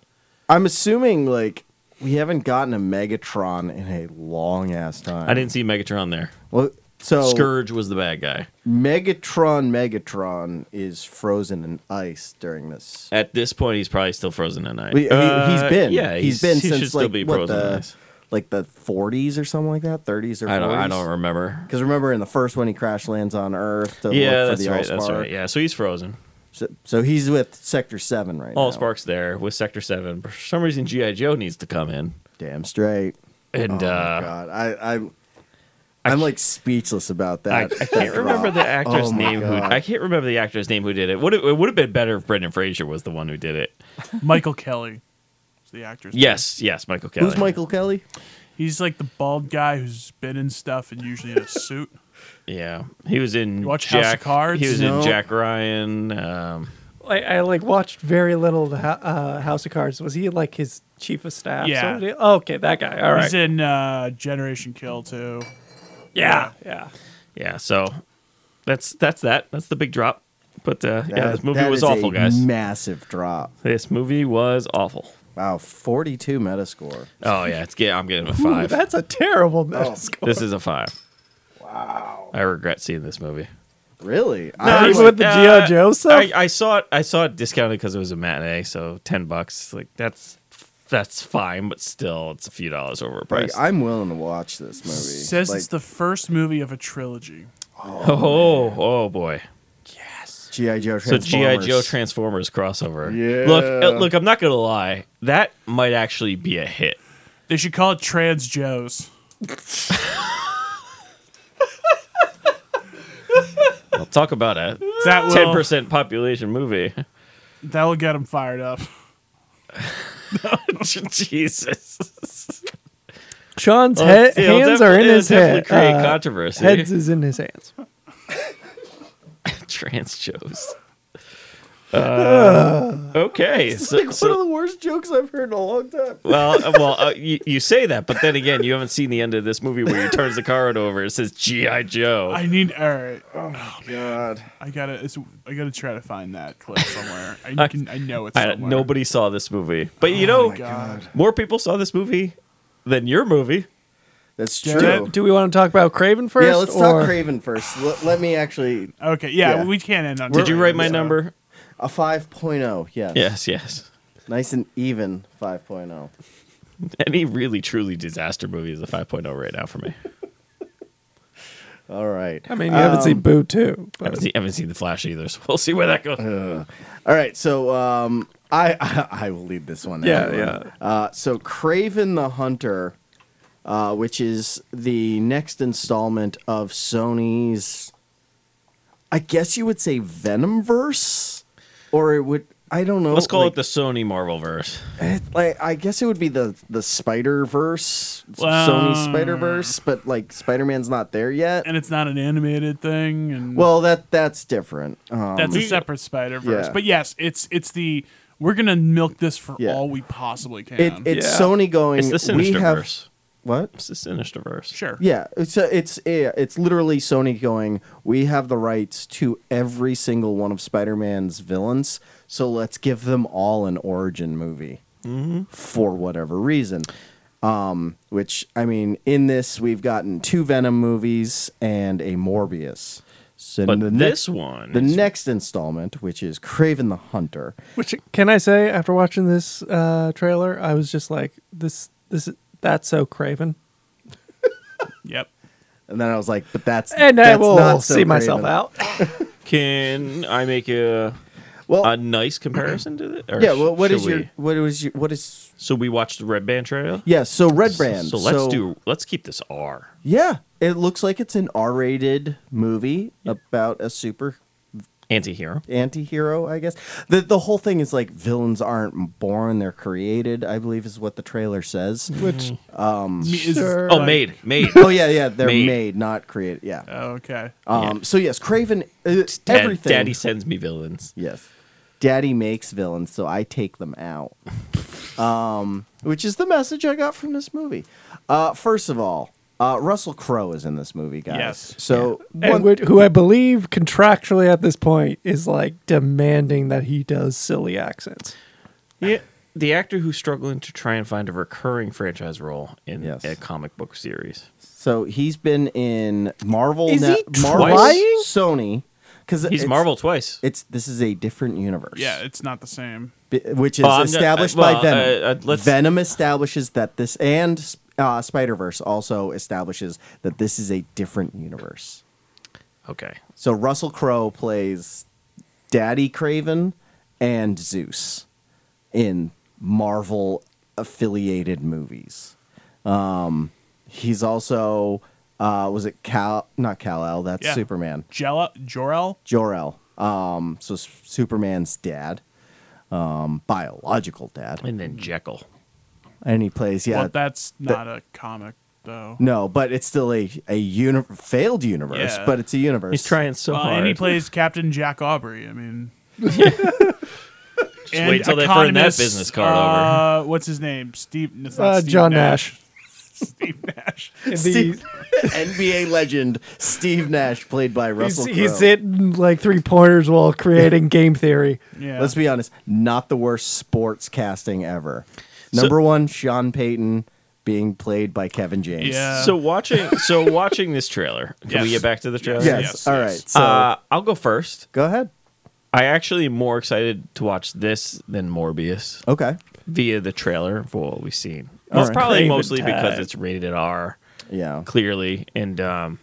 I'm assuming like we haven't gotten a Megatron in a long ass time. I didn't see Megatron there. Well, so Scourge was the bad guy. Megatron, Megatron is frozen in ice during this. At this point, he's probably still frozen at night. He, he- he's Uh, been. Yeah, he's been he since should like still be what frozen the in ice. like the 40s or something like that, 30s or 40s. I don't. I don't remember. Because remember in the first one, he crash lands on Earth to Yeah, look for that's the right. Allspark. That's right. Yeah, so he's frozen. So, so he's with Sector Seven right now. Allspark's there with Sector Seven. For some reason, GI Joe needs to come in, Damn straight. and Oh my uh, God, I, I, I'm like speechless about I, I that. can't remember the actor's Oh my name. Who, God. I can't remember the actor's name who did it. Would it, it would have been better if Brendan Fraser was the one who did it. Michael Kelly. Is the actor's name. Yes, yes, Michael Kelly. Who's Michael Kelly? He's like the bald guy who's been in stuff and usually in a suit. Yeah, he was in You watch House Jack. of Cards? He was No. in Jack Ryan. Um, I, I like watched very little of the Ho- uh, House of Cards. Was he like his chief of staff? Yeah. somebody? Oh, okay, that guy. All right. He's in uh, Generation Kill too. yeah, yeah. yeah, so that's that's that. That's the big drop. But uh, yeah, That- this movie that was is awful, a guys. Massive drop. this movie was awful. Wow, 42 Metascore. Oh yeah, it's get, I'm getting a Ooh, five. that's a terrible meta Oh. score. this is a five. Wow. I regret seeing this movie. Really? No, Oh, I it's was Even like, with the uh, G.I. Joe stuff? I, I saw it. I saw it discounted because it was a matinee, so ten bucks. Like that's that's fine, but still, it's a few dollars overpriced. like, I'm willing to watch this movie. Says like, it's the first movie of a trilogy. oh, oh boy. GI Joe. So GI Transformers. Joe Transformers crossover. Yeah. Look, uh, look. I'm not gonna lie. That might actually be a hit. They should call it Trans Joes. I'll talk about a That will ten percent population movie. That'll get them fired up. Jesus. Sean's Well, head, it'll def- hands are in it'll his definitely head. Create Uh, controversy. heads is in his hands. Trans shows. okay. So, Like one so- of the worst jokes I've heard in a long time. well, uh, well, uh, you, you say that, but then again, you haven't seen the end of this movie where he turns the card over. It says GI Joe. I need. All right, Oh, God. I gotta. It's, I gotta try to find that clip somewhere. I can. I know it's I- somewhere. Oh nobody saw this movie, but you know, God. more people saw this movie than your movie. That's Do- true. Do we want to talk about Craven first? yeah, let's or... talk Craven first. Let, let me actually Okay, yeah, Yeah. we can't end on. Did you write my so- number? a 5.0. Yes. Yes, yes. Nice and even oh. 5.0. Any really truly disaster movie is a 5.0 right now for me. All right. Uh, I mean, you Um, haven't seen Boo too. I haven't But seen, haven't seen The Flash either, so we'll see where that goes. Uh, All right, so um, I, I I will lead this one. Yeah, everyone. Uh, so Craven the Hunter, uh, which is the next installment of Sony's, I guess you would say Venomverse, or it would I don't know. Let's call like, it the Sony Marvel verse. it- like I guess it would be the the Spider Verse, Well- Sony Um, Spider Verse, but like Spider Man's not there yet. And it's not an animated thing, and Well, that that's different. Um, that's a separate Spider Verse. yeah. But yes, it's it's the we're gonna milk this for Yeah. all we possibly can. it, it's Yeah. Sony going. It's the we Sinister have verse. what? It's the Sinister verse. sure. Yeah, it's a, it's a, it's literally Sony going. We have the rights to every single one of Spider-Man's villains, so let's give them all an origin movie Mm-hmm. for whatever reason. Um, which I mean, in this we've gotten two Venom movies and a Morbius. So But the this next, one, the is- next installment, which is Craven the Hunter, which can I say? After watching this uh, trailer, I was just like, this, this, that's so Craven. Yep. and then I was like, but that's And I that's will not so see myself Craven. out. can I make a Well, a nice comparison to it? Or yeah. sh- Well, what Uh, should is your we? what is your what is So we watched the Red Band Trail. Yeah, so Red Brand. So let's do. Let's keep this R. Yeah, it looks like it's an R-rated movie about a super Anti-hero. anti-hero, I guess. The the whole thing is like villains aren't born, they're created, I believe is what the trailer says. Which Mm. Me- is- Sure. Oh, like- made, made. oh yeah, yeah, they're Made. made, not created. Yeah. Okay. Um so yes, Craven uh, Dad- everything. Daddy sends me villains. Yes. Daddy makes villains, so I take them out. um, which is the message I got from this movie. Uh, first of all, uh, Russell Crowe is in this movie, guys. Yes. So and which, who I believe contractually at this point is like demanding that he does silly accents. Yeah. The actor who's struggling to try and find a recurring franchise role in Yes. a comic book series. So he's been in Marvel, Is he Marvel, trying? Sony, because He's Marvel twice. It's this is a different universe. Yeah, it's not the same. B- which is Oh, I'm not- established uh, well, by Venom. uh, uh, let's- Venom establishes that this and uh, Spider Verse also establishes that this is a different universe. Okay. So Russell Crowe plays Daddy Craven and Zeus in Marvel affiliated movies. Um, he's also uh, was it Cal? Not Cal El. That's Yeah. Superman. Jella Jorel. Jor El. Um, so S- Superman's dad, um, biological dad, And then Jekyll. and he plays yeah. well, that's not a comic though. no, but it's still a a uni- failed universe, Yeah. but it's a universe. He's trying so Well, hard. Uh, and he plays Captain Jack Aubrey. I mean, Just wait till they turn that business card over. over. uh, What's his name? Steve. it's not Uh, Steve John Nash. Steve Nash. In the- Steve, NBA legend Steve Nash, played by he's, Russell. he's Crowe. hitting like three pointers while creating game theory. Yeah. Let's be honest, not the worst sports casting ever. Number one, Sean Payton being played by Kevin James. Yeah. So watching, so watching this trailer. Can we Yes. get back to the trailer? Yes. Yes, All yes. right. So uh, I'll go first. go ahead. I actually am more excited to watch this than Morbius Okay. via the trailer for what we've seen. All It's right. probably Craven mostly because time. it's rated R, Yeah. clearly, and um,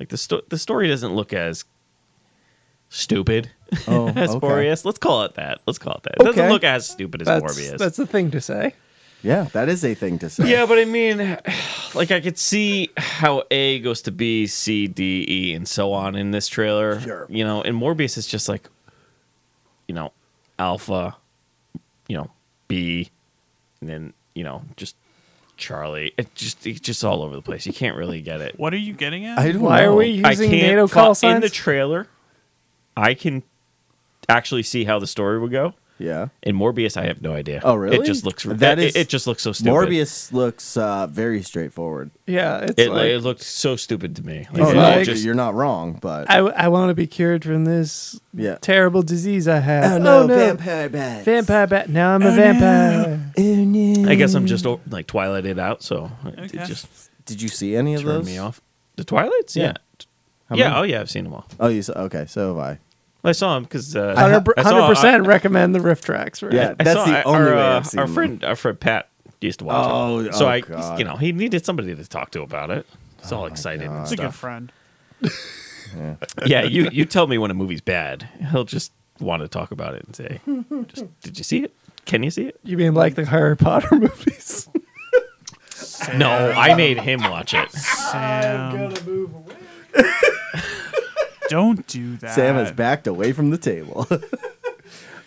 like the sto- the story doesn't look as stupid Oh, as okay. Morbius. Let's call it that. Let's call it that. It Okay. doesn't look as stupid as That's Morbius. that's the thing to say. Yeah, that is a thing to say. Yeah, but I mean, like I could see how A goes to B, C, D, E, and so on in this trailer. Sure. You know, and Morbius is just like, you know, Alpha, you know, B, and then you know, just Charlie. It just it's just all over the place. You can't really get it. What are you getting at? I don't Why know. are we using NATO fu- call in signs? the trailer. I can actually see how the story would go. Yeah. In Morbius, I have no idea. Oh, really? It just looks That that is- is it, it just looks so stupid. Morbius looks uh, very straightforward. yeah, it's It, like, it looked so stupid to me. Like, Oh, it no, all like- just- you're not wrong, but I, I want to be cured from this Yeah. terrible disease I have. Oh, oh no, vampire bats. vampire bat. Now I'm a vampire. Oh no. I guess I'm just o- like twilighted out, so Okay. it just Did you see any of turned those? me off. The Twilights, yeah, How yeah. many? Oh yeah, I've seen them all. Oh, you saw, okay. So have I. I saw them because uh, I Hundred saw- percent recommend the riff tracks. Right? Yeah. I That's saw the I- only our, way uh, I've seen our them. friend, our friend Pat used to watch Oh, it. so oh, I, God. Oh, you know, he needed somebody to talk to about it. It's all excited and It's a good stuff. friend. yeah, you you tell me when a movie's bad, he'll just want to talk about it and say, just, "Did you see it? Can you see it?" You mean like the Harry Potter movies? No, I made him watch it. Sam. Don't do that. Sam has backed away from the table.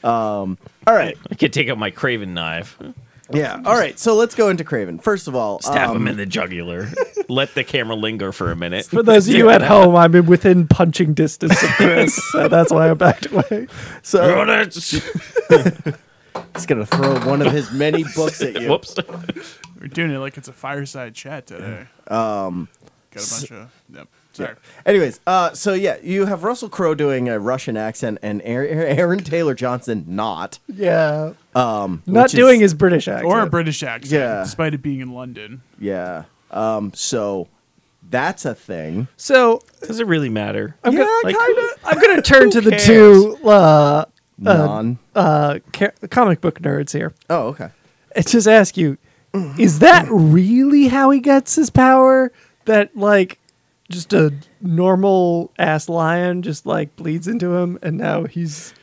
um, all right. I could take out my Craven knife, Yeah. All right. So let's go into Craven. First of all, stab um, him in the jugular, let the camera linger for a minute. For those of you at home, I'm in within punching distance of Chris, so that's why I backed away. so Whoops. he's gonna throw one of his many books at you. We're doing it like it's a fireside chat today. Um, got a bunch of. Yep. Sorry. Anyways, uh, so yeah, you have Russell Crowe doing a Russian accent and Aaron, Aaron Taylor Johnson not. Yeah, Um, not which is- doing his British accent. Or a British accent, Yeah. despite it being in London. Yeah. Um, so that's a thing. so Does it really matter? I'm gonna, like, I'm gonna turn to the cares? two uh, Non. uh, ca- comic book nerds here oh, okay. and just ask you: Is that really how he gets his power? That like just a normal ass lion just like bleeds into him, and now he's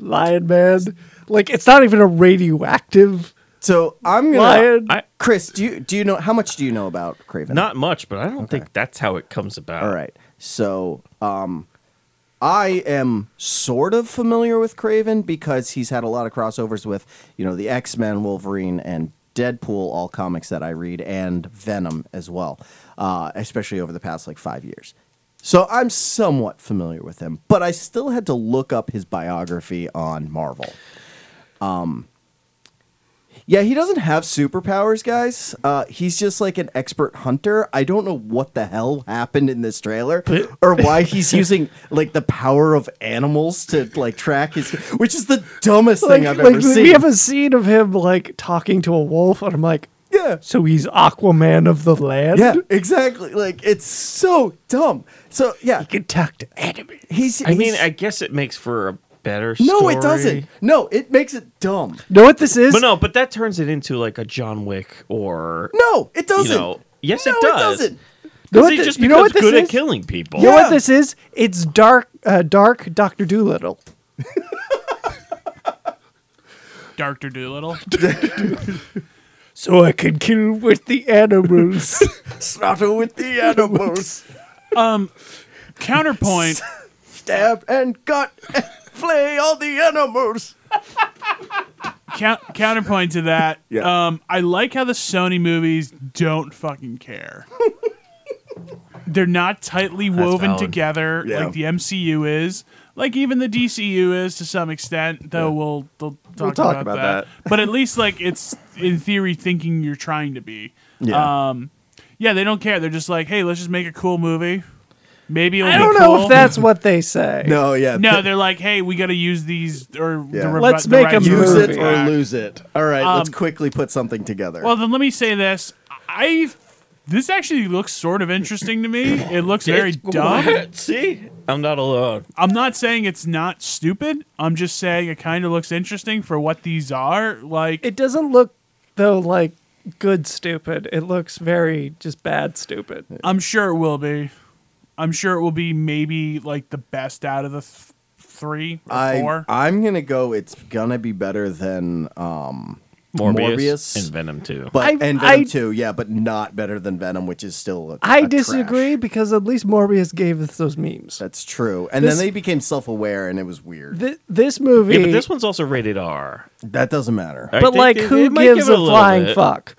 Lion Man. Like it's not even a radioactive. So I'm gonna. Lion. I, Chris, do you do you know how much do you know about Craven? not much, but I don't think that's how it comes about. All right. So, um, I am sort of familiar with Craven because he's had a lot of crossovers with, you know, the X Men, Wolverine, and Deadpool, all comics that I read, and Venom as well, uh, especially over the past like five years. So I'm somewhat familiar with him, but I still had to look up his biography on Marvel. Yeah, he doesn't have superpowers, guys. Uh, he's just like an expert hunter. I don't know what the hell happened in this trailer or why he's using like the power of animals to like track his, which is the dumbest thing I've ever seen. We have a scene of him like talking to a wolf, and I'm like, yeah. so he's Aquaman of the land. Yeah, exactly. Like it's so dumb. So yeah, can talk to animals. he's. I mean, he's- I guess it makes for a better no, story. it doesn't. No, it makes it dumb. Know what this is? But no, but that turns it into like a John Wick or No, it doesn't. know, yes, it no, does. It doesn't. Know what he thi- just you know becomes what this good at is? killing people. You know Yeah. what this is? It's dark, uh, dark Doctor Doolittle. Dr. Doolittle. So I can kill with the animals. Slaughter with the animals. Counterpoint. stab and cut and flay all the animals. count, counterpoint to that. Yeah. Um, I like how the Sony movies don't fucking care. They're not tightly woven valid. together Yeah. like the MCU is, like even the DCU is to some extent. Though we'll, we'll talk, talk about, about that. But at least like it's in theory thinking you're trying to be. Yeah. Um, yeah, they don't care. They're just like, hey, let's just make a cool movie. Maybe it'll I be don't know cool. if that's what they say. No, yeah. No, th- they're like, hey, we got to use these or Yeah. the revi- Let's the make right a to use it movie. or back. lose it. All right, let's Um, quickly put something together. Well, then let me say this. I this actually looks sort of interesting to me. It looks very dumb. What? See, I'm not alone. I'm not saying it's not stupid. I'm just saying it kind of looks interesting for what these are. Like It doesn't look though like good stupid. It looks very just bad stupid. I'm sure it will be. I'm sure it will be maybe like the best out of the th- three or I four. I'm gonna go. It's gonna be better than um, Morbius, Morbius. and Venom too. but I- and Venom I- two, yeah, but not better than Venom, which is still. A, I a disagree trash. because at least Morbius gave us those memes. That's true. And This- then they became self-aware, and it was weird. Th- this movie, yeah, but this one's also rated R. that doesn't matter. I but think like, they- they who might gives give it a, little flying bit. fuck?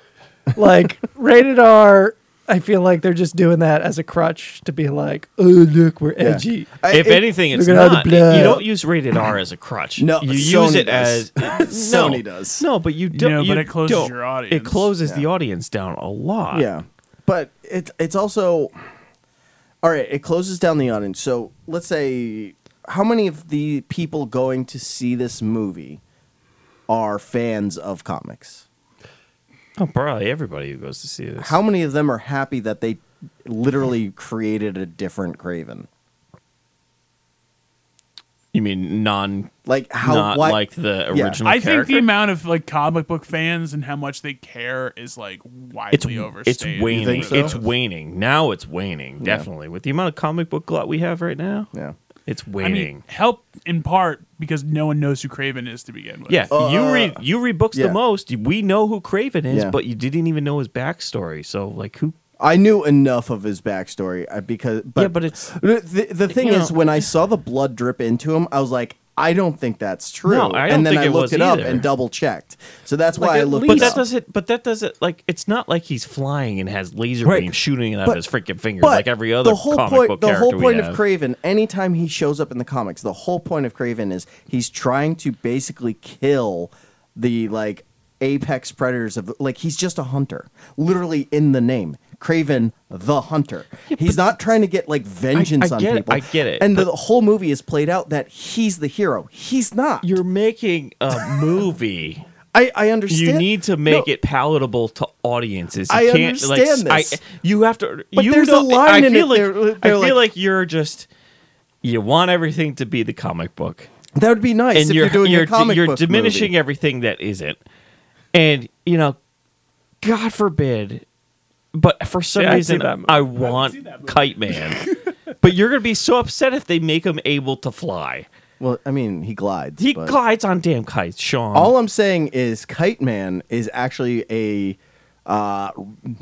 Like rated R. I feel like they're just doing that as a crutch to be like, oh look, we're edgy. I- If it- anything, it's look at all the not. You blood. you don't use rated R as a crutch. No, you use Sony it does. as no, Sony does. No, but you don't. No, but you it closes don't. your It audience. closes the audience down a lot. Yeah, but it's it's also all right. It closes down the audience. So let's say how many of the people going to see this movie are fans of comics? Oh, probably everybody who goes to see this. How many of them are happy that they literally created a different Craven? you mean non? Like how not why, like the Yeah. original. I think the character? amount of like comic book fans and how much they care is like it's widely it's overstated. waning. so? It's waning. Now it's waning. Definitely with the amount of comic book glut we have right now, Yeah. it's I waning. mean, help in part because no one knows who Craven is to begin with. yeah, you read you read books Uh, yeah. the most. We know who Craven is, Yeah. but you didn't even know his backstory. So like who? I knew enough of his backstory uh, because but yeah, but it's the, the thing you is know- when I saw the blood drip into him, I was like I don't think that's true. No, I don't and then think I it looked was it up either. and double checked. So that's why I at least- looked But it that up. doesn't. But that doesn't. Like, it's not like he's flying and has laser Right. beams shooting out But- of his freaking fingers but like every other the whole comic point, book the character whole point we of have. Craven, anytime he shows up in the comics, the whole point of Craven is he's trying to basically kill the like apex predators of like he's just a hunter, literally in the name. Craven the Hunter. he's not trying to get like vengeance I on get it, people. I get it, And but- the whole movie is played out that he's the hero. He's not. You're making a movie. I, I understand. You need to make No, it palatable to audiences. You I can't, like, understand I- this. you have to. But you there's a don't- line I in feel Like, it, they're- I they're feel like, like- you're just. You want everything to be the comic book, That would be nice and if you're you're, doing you're, a comic you're book diminishing movie. everything that isn't. And you know, God forbid. But for some See, I'd see reason, that movie. I want Kite Man. but you're gonna be so upset if they make him able to fly. Well, I mean, he glides. He but- glides on damn kites, Sean. All I'm saying is Kite Man is actually a uh,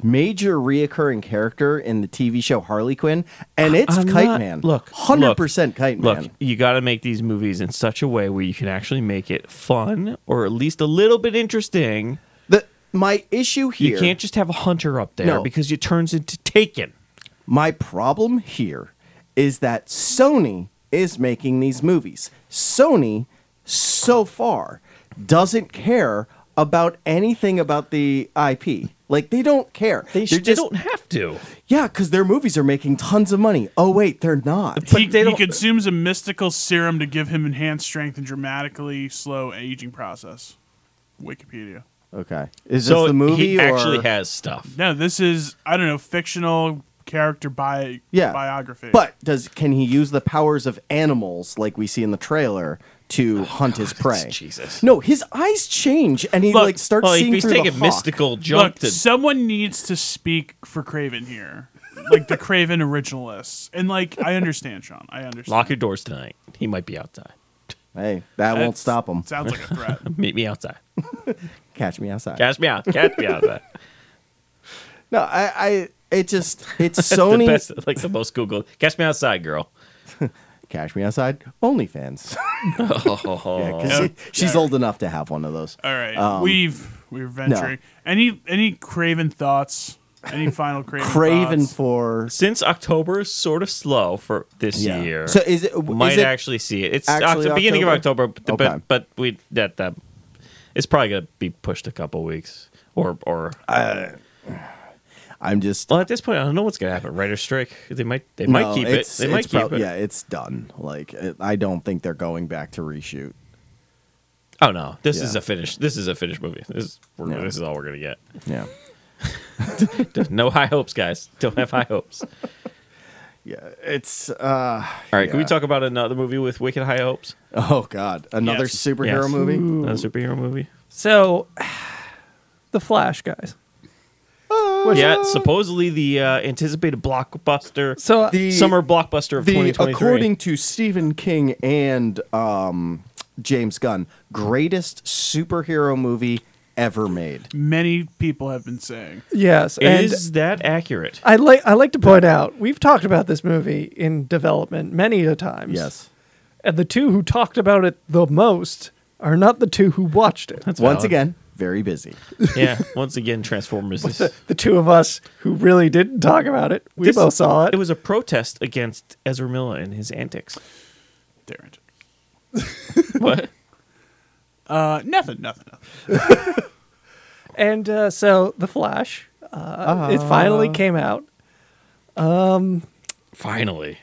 major reoccurring character in the TV show Harley Quinn, and it's I'm Kite not- Man. Look, hundred look, percent Kite Look, Man. you got to make these movies in such a way where you can actually make it fun or at least a little bit interesting. The, my issue here, You can't just have a hunter up there No. because it turns into Taken. my problem here, is that Sony is making these movies. Sony, so far, doesn't care about anything about the IP. Like they don't care. They, They're sh- they just don't have to. yeah, because their movies are making tons of money. Oh wait, they're not. But he, they he don't- consumes a mystical serum to give him enhanced strength and dramatically slow aging process. Wikipedia. Okay. Is so this the movie he or actually has stuff. No, this is I don't know fictional character bi- Yeah. biography. But does can he use the powers of animals like we see in the trailer to hunt his prey? Oh, Jesus. No, his eyes change and he Look, like starts well, if seeing he's through taking the hawk. mystical jump look, to someone needs to speak for Craven here, like the Craven originalists. And like I understand, Sean. I understand. lock your doors tonight. He might be outside. Hey, that won't That's- stop him. Sounds like a threat. Meet me outside. Catch me outside. Catch me out. Catch me outside. No, I, I it just it's the Sony best, like the most Google. Catch me outside, girl. Catch me outside. OnlyFans. yeah, Oh, 'cause Yeah. she- she's old enough to have one of those. All right, Um, we've we're venturing. Any any Craven thoughts? Any final Craven? Craven thoughts? for since October is sort of slow for this yeah. year. So is it might is it, actually see it. It's actually the beginning of October? October, but, the- Okay. but, but we that that it's probably gonna be pushed a couple weeks or or I'm just well at this point I don't know what's gonna happen. Writer strike. They might they might No, keep it. it's- They might it's keep prob- it. Yeah, it's done. Like it, I don't think they're going back to reshoot. Oh no, this is Yeah. a finish. This is a finished movie. This is, we're, Yeah. this is all we're gonna Yeah, get. no high hopes, guys. Don't have high hopes. All yeah. It's uh right, can we Yeah. talk about another movie with wicked high hopes? oh god, another Yes. superhero Yes. movie. Another superhero movie. So, the Flash guys. Yeah, supposedly the uh, anticipated blockbuster, So uh, The- summer blockbuster of The 2023. according to Stephen King and um James Gunn, greatest superhero movie ever made. many people have been saying. yes, and Is that accurate? I like I like to point out we've talked about this movie in development many a times. Yes. and the two who talked about it the most are not the two who watched it. That's Once valid. again, very busy. yeah. Once again, Transformers. is- The two of us who really didn't talk about it. We this- both saw it. It was a protest against Ezra Miller and his antics. Darren. What? Uh, nothing, nothing, nothing. and uh, so the Flash, uh, it finally came out. Finally,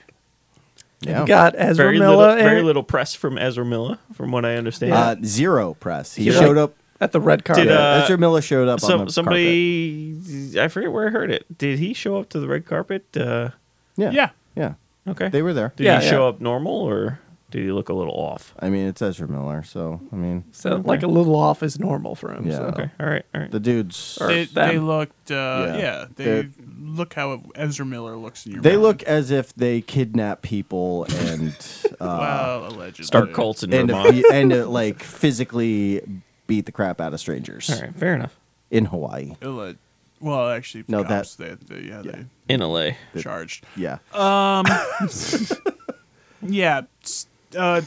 Yeah. We got Ezra very Miller. little, and Uh, very little press from Ezra Miller, from what I understand. uh, zero press. He Yeah. showed up at the red carpet. Did, uh, Ezra Miller showed up on Some, the somebody, I forget where I heard it. Did he show up to the red carpet? Uh, carpet. Yeah, Yeah. yeah, okay. they were there. Did Yeah, he yeah. show up normal or did he look a little off? I mean, it's Ezra Miller, so I mean, so like a little off is normal for him. Yeah. So. Okay. All right. All right. Oh. the dudes They, them. they looked, uh, Yeah. yeah. they They're- look how Ezra Miller looks in your they mind. look as if they kidnap people and uh, well, allegedly. Start cults in and Vermont. and uh, like physically beat the crap out of strangers All right. Fair enough. in Hawaii. Alle- well, actually, No, no, cops, they, they, yeah, yeah. In LA. they charged. Yeah, Uh, Yeah, s- uh,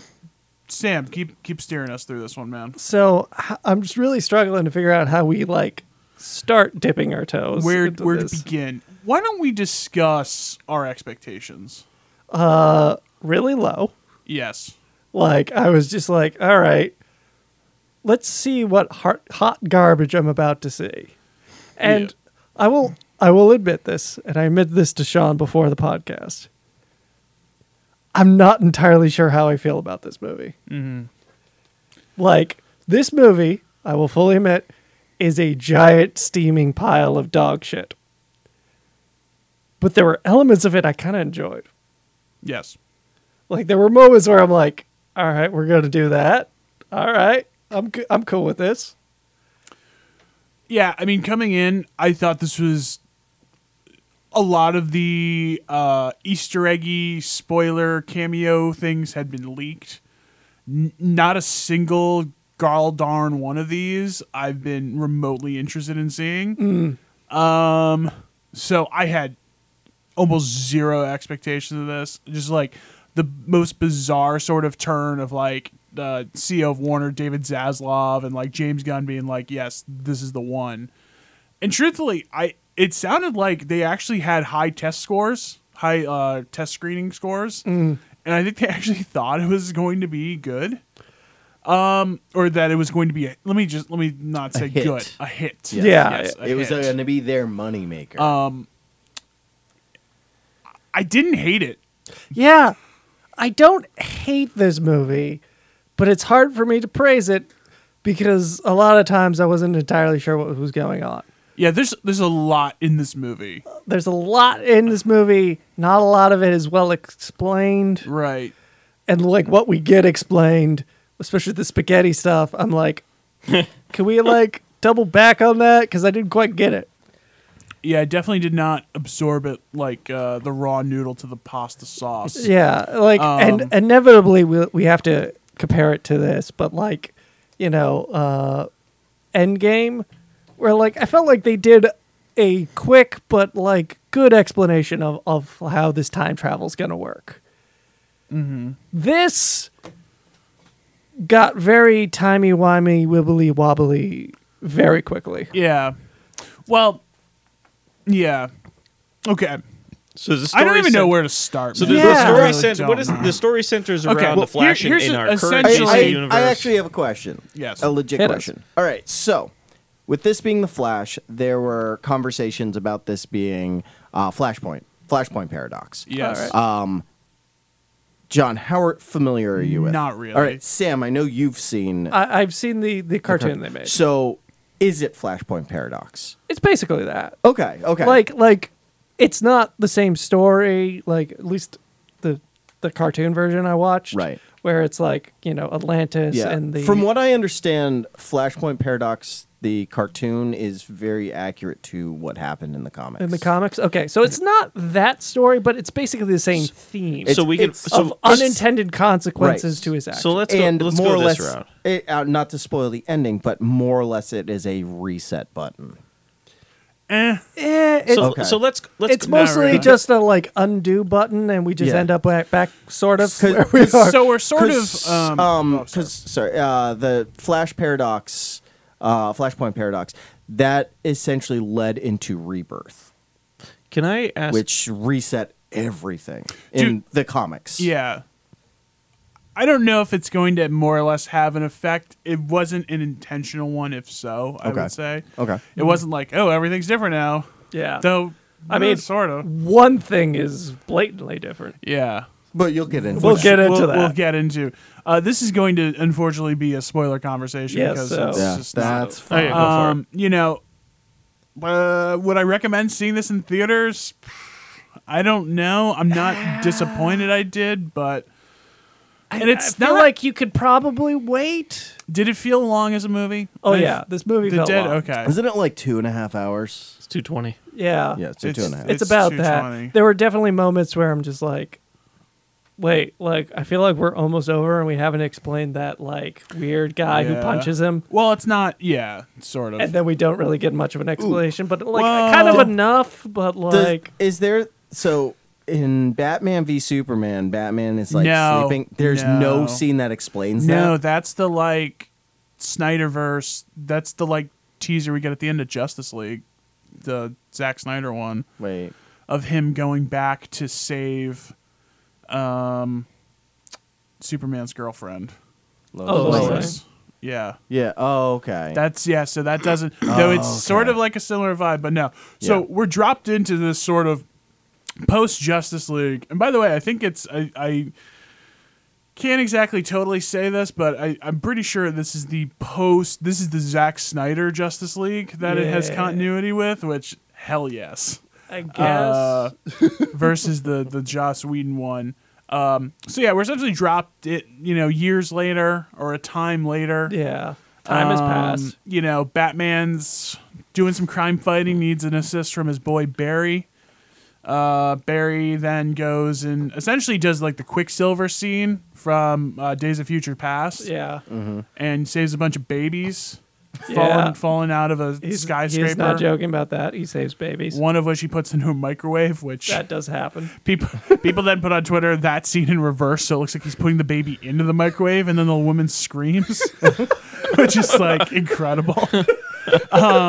Sam, keep keep steering us through this one, man. So h- I'm just really struggling to figure out how we like start dipping our toes. Where into where to this. begin? Why don't we discuss our expectations? really low. Yes. Like I was just like, all right, let's see what hot, hot garbage I'm about to see. And I will I will admit this, and I admit this to Sean before the podcast. I'm not entirely sure how I feel about this movie. Mm-hmm. Like this movie, I will fully admit, is a giant steaming pile of dog shit. But there were elements of it I kind of enjoyed. Yes. Like there were moments where I'm like, "All right, we're gonna do that. All right, I'm co- I'm cool with this." Yeah, I mean, coming in, I thought this was a lot of the uh, Easter eggy spoiler cameo things had been leaked. N- not a single gall darn one of these I've been remotely interested in seeing. Um, so I had almost zero expectations of this. Just like the most bizarre sort of turn of like the CEO of Warner, David Zaslav, and like James Gunn being like, "Yes, this is the one." And truthfully, I it sounded like they actually had high test scores, high uh, test screening scores, and I think they actually thought it was going to be good. Um, or that it was going to be. A, let me just let me not say hit. good. A hit. Yes. Yeah. a it was hit. going to be their moneymaker. Um, I didn't hate it. Yeah, I don't hate this movie, but it's hard for me to praise it because a lot of times I wasn't entirely sure what was going on. Yeah, there's there's a lot in this movie. There's a lot in this movie. Not a lot of it is well explained, Right. and like what we get explained, especially the spaghetti stuff. I'm like, can we like double back on that? Because I didn't quite get it. Yeah, I definitely did not absorb it like uh, the raw noodle to the pasta sauce. Yeah, like Um, and inevitably we we have to compare it to this, but like you know, uh Endgame, where like I felt like they did a quick but like good explanation of of how this time travel's gonna work. Mm-hmm. This got very timey wimey wibbly wobbly very quickly. Yeah. Well, yeah. Okay. So the I story don't even know cent- where to start. So the, man. the Yeah. I story really center. What don't is know. the story centers around Okay, well, the Flash here- and here's in our a- current essentially- DC I- I universe? I actually have a question. Yes. A legit Hit us. question. All right. So, with this being the Flash, there were conversations about this being uh, Flashpoint, Flashpoint paradox. Yes. Um, John, how are- familiar are you with? Not really. All right, Sam. I know you've seen. I, I've seen the the cartoon they made. So, is it Flashpoint paradox? It's basically that. Okay. Okay. Like like it's not the same story, like at least the the cartoon version I watched. Right. Where it's like, you know, Atlantis yeah. and the From what I understand, Flashpoint paradox, the cartoon, is very accurate to what happened in the comics. in the comics. Okay. So it's not that story, but it's basically the same theme so we can. it's- of So, unintended consequences to his actions. so let's go. and let's more go or this less, route. it- uh, not to spoil the ending, but more or less, it is a reset button. eh. Eh, it's, So, Okay. so let's let's. it's mostly really. just a like undo button and we just Yeah. end up back, back sort of 'Cause- where we are. So we're sort of. 'Cause, Um, oh, um, 'cause- sorry, uh, the Flash paradox, uh, Flashpoint paradox, that essentially led into Rebirth, can I ask? which reset everything in Dude. the comics. yeah. I don't know if it's going to more or less have an effect. It wasn't an intentional one, if so, I Okay. would say. Okay. It wasn't like, oh, everything's different now. yeah. Though, I mean- sort of. One thing is blatantly different. Yeah. But you'll get into We'll that. get into we'll, that. We'll get into. Uh, this is going to unfortunately be a spoiler conversation Yeah, because so- it's Yeah, just not- that's fine. Oh, go um, you know, uh, would I recommend seeing this in theaters? I don't know. I'm Ah. not disappointed I did, but and I it's feel not like you could probably wait. Did it feel long as a movie? Oh I- yeah, this movie it felt did. long. Okay, Isn't it like two and a half hours? It's 220. Yeah, Yeah, it's, two It's- and a half. it's, it's about 220. that. There were definitely moments where I'm just like, wait, like I feel like we're almost over and we haven't explained that like weird guy who Yeah. punches him, Well, it's not. Yeah, sort of. and then we don't really get much of an explanation, but like Well- kind of enough, but Does- like is there so in Batman v Superman, Batman is like No. sleeping. There's no. No. scene that explains no, that. that's the like Snyderverse. That's the like teaser we get at the end of Justice League, the Zack Snyder one Wait, of him going back to save, um, Superman's girlfriend. Oh, Lois. Lois. Yeah. Yeah. Oh, okay. That's yeah. So that doesn't. though it's sort of like a similar vibe, but no. So Yeah. we're dropped into this sort of post Justice League, and by the way, I think it's I, I can't exactly totally say this, but I, I'm pretty sure this is the post. This is the Zack Snyder Justice League that it has Yeah. continuity with, which hell yes. I guess Uh, versus the the Joss Whedon one. Um, so yeah, we're essentially dropped it, you know, years later or a time later. yeah, time has Um, passed. You know, Batman's doing some crime fighting, needs an assist from his boy Barry. Uh, Barry then goes and essentially does like the Quicksilver scene from uh, Days of Future Past Yeah, and saves a bunch of babies Yeah. falling, falling out of a he's, skyscraper. he's not joking about that. He saves babies. One of which he puts into a microwave, which that does happen. people people then put on Twitter that scene in reverse, so it looks like he's putting the baby into the microwave, and then the woman screams, which is like incredible. um,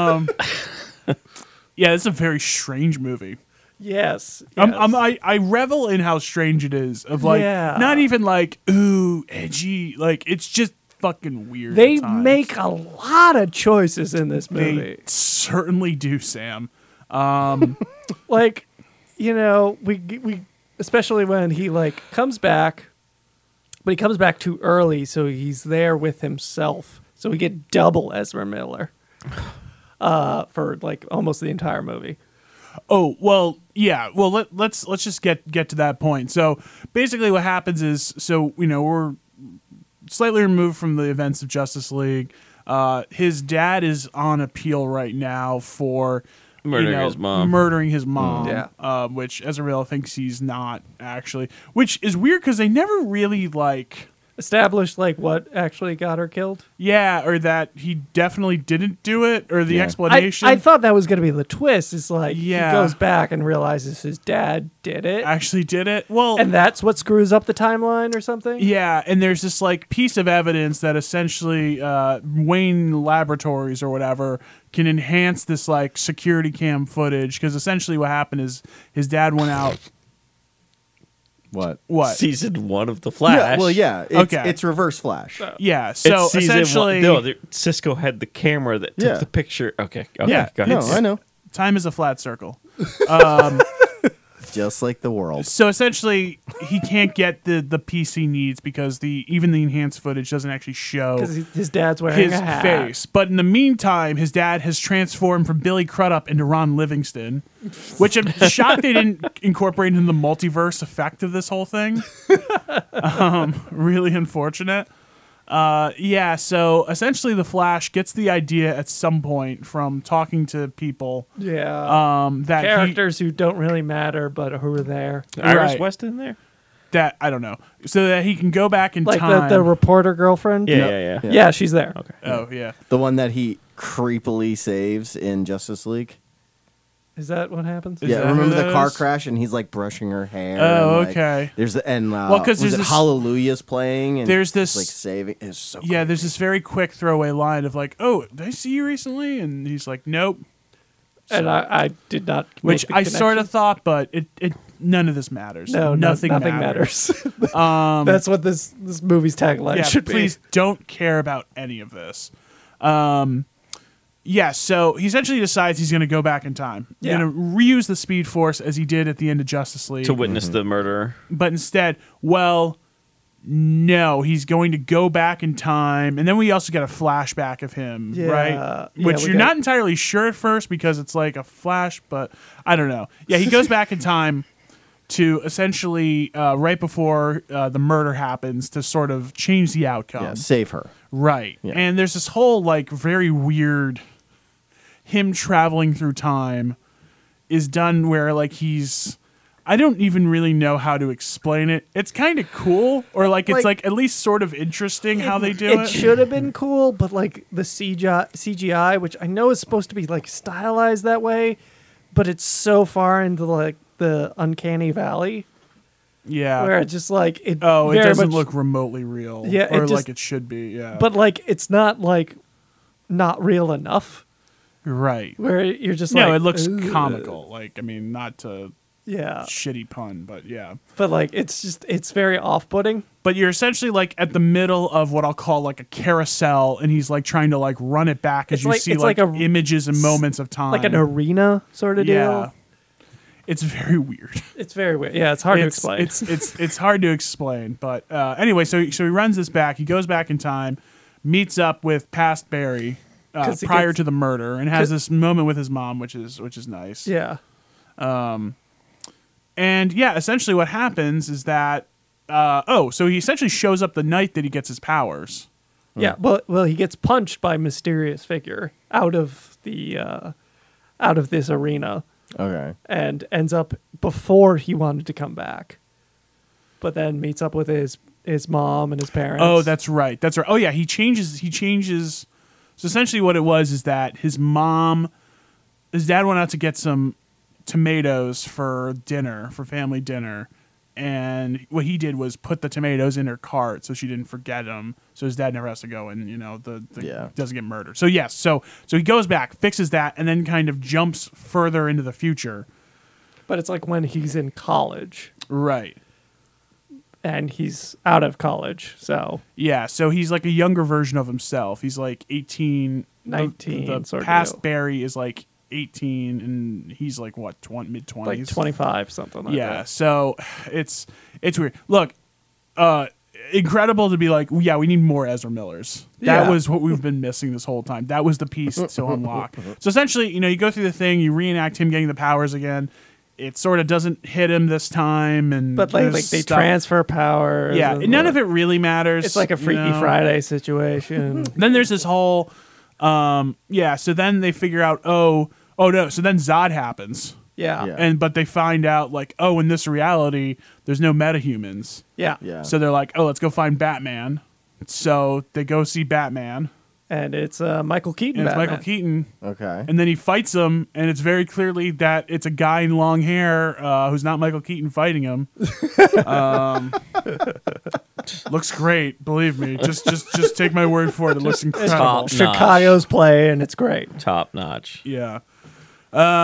yeah, it's a very strange movie. Yes, I'm, yes. I'm, I, I revel in how strange it is. Of like, Yeah. not even like ooh edgy. Like it's just fucking weird. at they times. make a lot of choices in this they movie. certainly do, Sam. like you know we we especially when he like comes back but he comes back too early so he's there with himself so we get double ezra miller uh for like almost the entire movie Oh well, yeah. Well, let, let's let's just get get to that point. So basically, what happens is, so you know, we're slightly removed from the events of Justice League. Uh, his dad is on appeal right now for you Murdering know, his mom. Murdering his mom. Mm. Yeah. Uh, which Ezreal thinks he's not actually, which is weird because they never really like. established like what actually got her killed Yeah, or that he definitely didn't do it, or the Yeah. I, explanation. I thought that was going to be the twist is like Yeah. he goes back and realizes his dad did it actually did it. Well, and that's what screws up the timeline or something Yeah, and there's this like piece of evidence that essentially uh, Wayne Laboratories or whatever can enhance this like security cam footage because essentially what happened is his dad went out. what? What? Season one of The Flash. Yeah, well, yeah. It's, Okay. It's reverse flash. yeah. So It's season essentially, one. No, there- Cisco had the camera that took Yeah. the picture. Okay. okay Yeah, Go ahead. no, I know. time is a flat circle. Um, Just like the world. So essentially, he can't get the the piece he needs because the even the enhanced footage doesn't actually show because his dad's wearing his a hat. face. But in the meantime, his dad has transformed from Billy Crudup into Ron Livingston, which I'm shocked they didn't incorporate in the multiverse effect of this whole thing. um, really unfortunate. Uh, yeah, so essentially, the Flash gets the idea at some point from talking to people yeah um, that he- characters who don't really matter but who are there. Iris Right. West in there? that I don't know, so that he can go back in Like the, time. the reporter girlfriend. Yeah, yeah, yeah. Yeah, she's there. Okay. oh yeah, The one that he creepily saves in Justice League. Is that what happens? Is yeah, that remember who the that car is? crash and he's like brushing her hair. Oh, and, like, okay. There's the and uh, Well, 'cause was there's it this- Hallelujah's playing and There's he's, this- like saving. It's so yeah, there's this very quick throwaway line of like, "Oh, did I see you recently?" And he's like, "Nope." And I, I did not. make which the I sort of connection. thought, but it, it none of this matters. No, no, nothing, nothing matters. matters. um, That's what this this movie's tagline Yeah, should please be. don't care about any of this. Um, Yeah, so he essentially decides he's going to go back in time. Yeah. Going to reuse the Speed Force as he did at the end of Justice League. Mm-hmm. to witness the murder. but instead, well, no, he's going to go back in time, and then we also get a flashback of him, Yeah, yeah, right? Which we you're got- not entirely sure at first because it's like a flash, but I don't know. Yeah, he goes back in time to essentially uh, right before uh, the murder happens to sort of change the outcome, Yeah, save her. right? Yeah. And there's this whole like very weird him traveling through time is done where like he's I don't even really know how to explain it. It's kind of cool or like it's Like- like at least sort of interesting how they do it it. should have been cool, but like the CGI, CGI, which I know is supposed to be like stylized that way, but it's so far into like the uncanny valley yeah. where it's just like it. oh, it very doesn't much- look remotely real Yeah, it or just- like it should be. Yeah. but like it's not like not real enough. right. Where you're just No, like, uh, it looks "Ugh." comical. Like I mean not to Yeah, shitty pun, but yeah. but like it's just it's very off-putting. but you're essentially like at the middle of what I'll call like a carousel, and he's like trying to like run it back as It's you like- see it's like, like a- images and moments of time, Like an arena sort of yeah. deal. It's very weird. It's very weird. Yeah, it's hard to it's, explain. It's it's it's hard to explain, but uh, anyway, so so he runs this back. He goes back in time, meets up with past Barry uh, 'Cause he prior gets- to the murder, and has 'cause- this moment with his mom, which is which is nice. yeah. And yeah, essentially what happens is that uh, oh, so he essentially shows up the night that he gets his powers. Yeah, well, well, he gets punched by a mysterious figure out of the uh, out of this arena Okay. and ends up before he wanted to come back, but then meets up with his his mom and his parents. Oh, that's right. That's right. Oh yeah, he changes. He changes. So essentially, what it was is that his mom, his dad went out to get some tomatoes for dinner for family dinner, and what he did was put the tomatoes in her cart so she didn't forget them. So his dad never has to go and you know the, the Yeah. doesn't get murdered. So yes, so so he goes back, fixes that, and then kind of jumps further into the future. but it's like when he's in college Right. and he's out of college, so Yeah, so he's like a younger version of himself. He's like 18, the- 19 The, sort of past deal. Barry is like 18, and he's like what, 20, mid 20s? like twenty five something. like Yeah, that. so it's it's weird. Look, uh, incredible to be like, yeah, we need more Ezra Millers. That Yeah. was what we've been missing this whole time. That was the piece to unlock. So essentially, you know, you go through the thing, you reenact him getting the powers again. It sort of doesn't hit him this time, and but like, there's like they stuff- transfer power. Yeah, none of it really matters. It's like a you Freaky know? Friday situation. then there's this whole um yeah so then they figure out oh oh no so then zod happens yeah, Yeah. yeah, and but they find out like oh in this reality there's no metahumans yeah, Yeah. so they're like oh let's go find batman so they go see batman and it's uh, Michael Keaton. and it's michael Batman. keaton okay. and then he fights him and it's very clearly that it's a guy in long hair uh, who's not michael keaton fighting him um, looks great believe me just just just take my word for it it looks incredible Top Chicago's play, and it's great. Top notch. Yeah. Uh,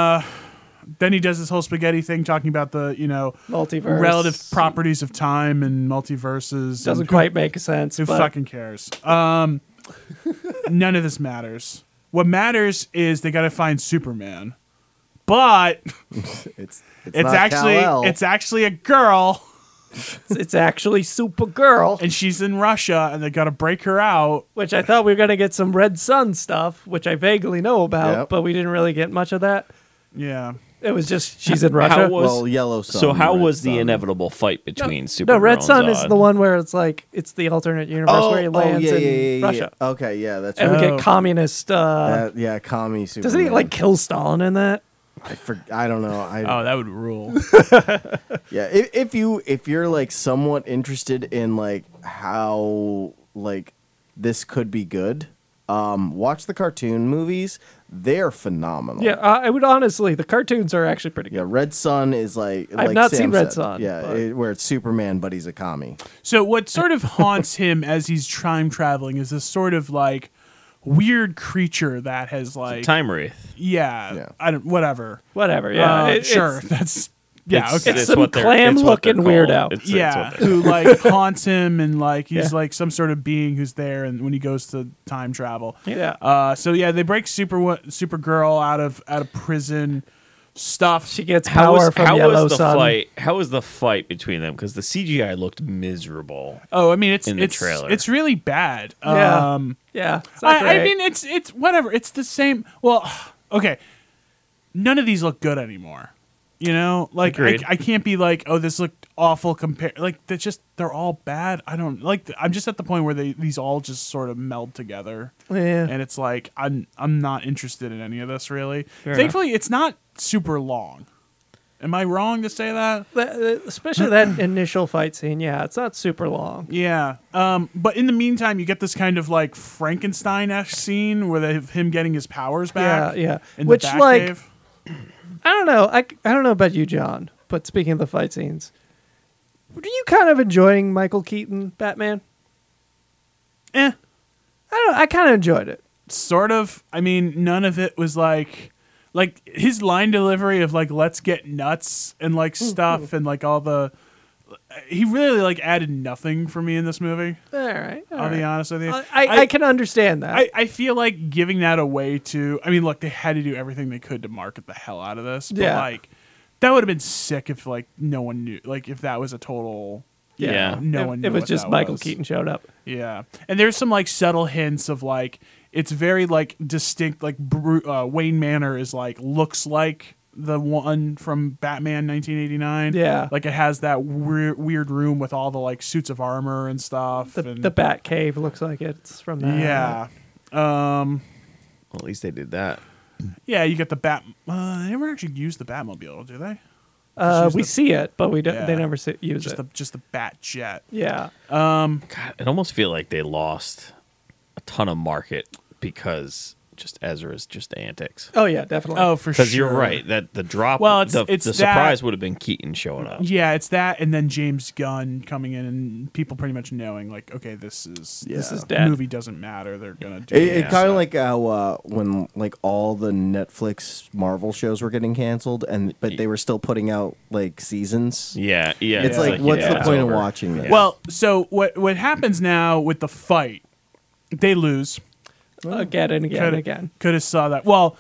then he does this whole spaghetti thing, talking about the you know Multiverse relative properties of time and multiverses. doesn't and quite make sense. who, who but fucking cares? Um, none of this matters. What matters is they got to find Superman, but it's, It's it's, not actually Kal-El. it's actually a girl, it's, it's actually Supergirl, and she's in Russia, and they got to break her out. which I thought we were gonna get some Red Sun stuff, which I vaguely know about, Yep. but we didn't really get much of that. Yeah. It was just she's in Russia. How was- well yellow sun. so how red was the sun. inevitable fight between Superman? no, Red and Sun is Zod? the one where it's like it's the alternate universe Oh, where he oh, lands yeah, in yeah, yeah, yeah. Russia, Okay, yeah, that's and right. we Oh. get communist. Uh, That- yeah, commie Superman. doesn't he like kill Stalin in that? I, for, I don't know. I, Oh, that would rule. Yeah, if, if you if you're like somewhat interested in like how like this could be good, um, watch the cartoon movies. They're phenomenal. Yeah, I I would honestly. The cartoons are actually pretty good. Oh. Yeah, Red Sun is like I've like not Sam seen Red said. Sun, Yeah, but- it, where it's Superman, but he's a commie. So what sort of haunts him as he's time traveling is this sort of like weird creature that has like Time Wraith. yeah, Yeah. I don't whatever. Whatever. Yeah, Uh, it- it's- sure, that's Yeah, It's- okay. it's Some what they're- clam it's what they're looking called. weirdo. It's- it's yeah, what they're- who like haunts him and like he's Yeah. like some sort of being who's there and when he goes to time travel. Yeah. Uh, so yeah, they break Super Supergirl out of out of prison stuff. She gets How power was, from how Yellow was the Sun. fight? How was the fight between them? Because the CGI looked miserable. oh, I mean it's in the it's trailer. it's really bad. Yeah. Um, Yeah, it's not I, I great. mean it's it's whatever. It's the same. Well, okay. None of these look good anymore. You know, like I, Agreed. I can't be like, oh, this looked awful compared. Like they're just they're all bad. I don't like. I'm just at the point where they these all just sort of meld together. yeah. and it's like I'm I'm not interested in any of this really. Fair Thankfully, it's not super long. Am I wrong to say that? That- that- especially that initial fight scene. Yeah, it's not super long. Yeah. Um, but in the meantime, you get this kind of like Frankenstein esque scene where they have him getting his powers Yeah, back. yeah. In Which, the Batcave. like, I don't know. I, I don't know about you, John, but speaking of the fight scenes, were you kind of enjoying Michael Keaton Batman? eh, I don't. I kind of enjoyed it. sort of. I mean, none of it was like. Like his line delivery of like "Let's get nuts" and like Mm-hmm. stuff and like all the, he really like added nothing for me in this movie. All right. all I'll be right. honest with you. I, Uh, I, I can understand that. I, I feel like giving that away to I mean look they had to do everything they could to market the hell out of this but Yeah. like that would have been sick if like no one knew like if that was a total you Yeah. know, no If- one knew It was what just that Michael was. Keaton showed up. yeah and there's some like subtle hints of like it's very like distinct like Bru- uh, Wayne Manor is like looks like the one from Batman 1989 Yeah. like it has that weird weird room with all the like suits of armor and stuff The and the Bat Cave looks like it's from that. yeah um Well, at least they did that. Yeah, you get the bat. Uh, they never actually use the Batmobile, do they? Uh, Just use we the- see it, but we don't. Yeah. They never see, use Just it. the just the Bat Jet. yeah. God, it almost feel like they lost a ton of market because just Ezra's just antics. Oh yeah, definitely. Oh, for sure. Because you're right that the drop. Well, it's- the, it's the that- surprise would have been Keaton showing up. Yeah, it's that, and then James Gunn coming in, and people pretty much knowing like, okay, this is this Yeah. is dead. movie doesn't matter. They're gonna do It, it Yeah. kind of like how uh, when like all the Netflix Marvel shows were getting canceled, and but they were still putting out like seasons. Yeah, yeah. it's like, what's yeah, the it's point over. of watching this? Well, so what what happens now with the fight? They lose. again and again and again. Could have saw that. Well,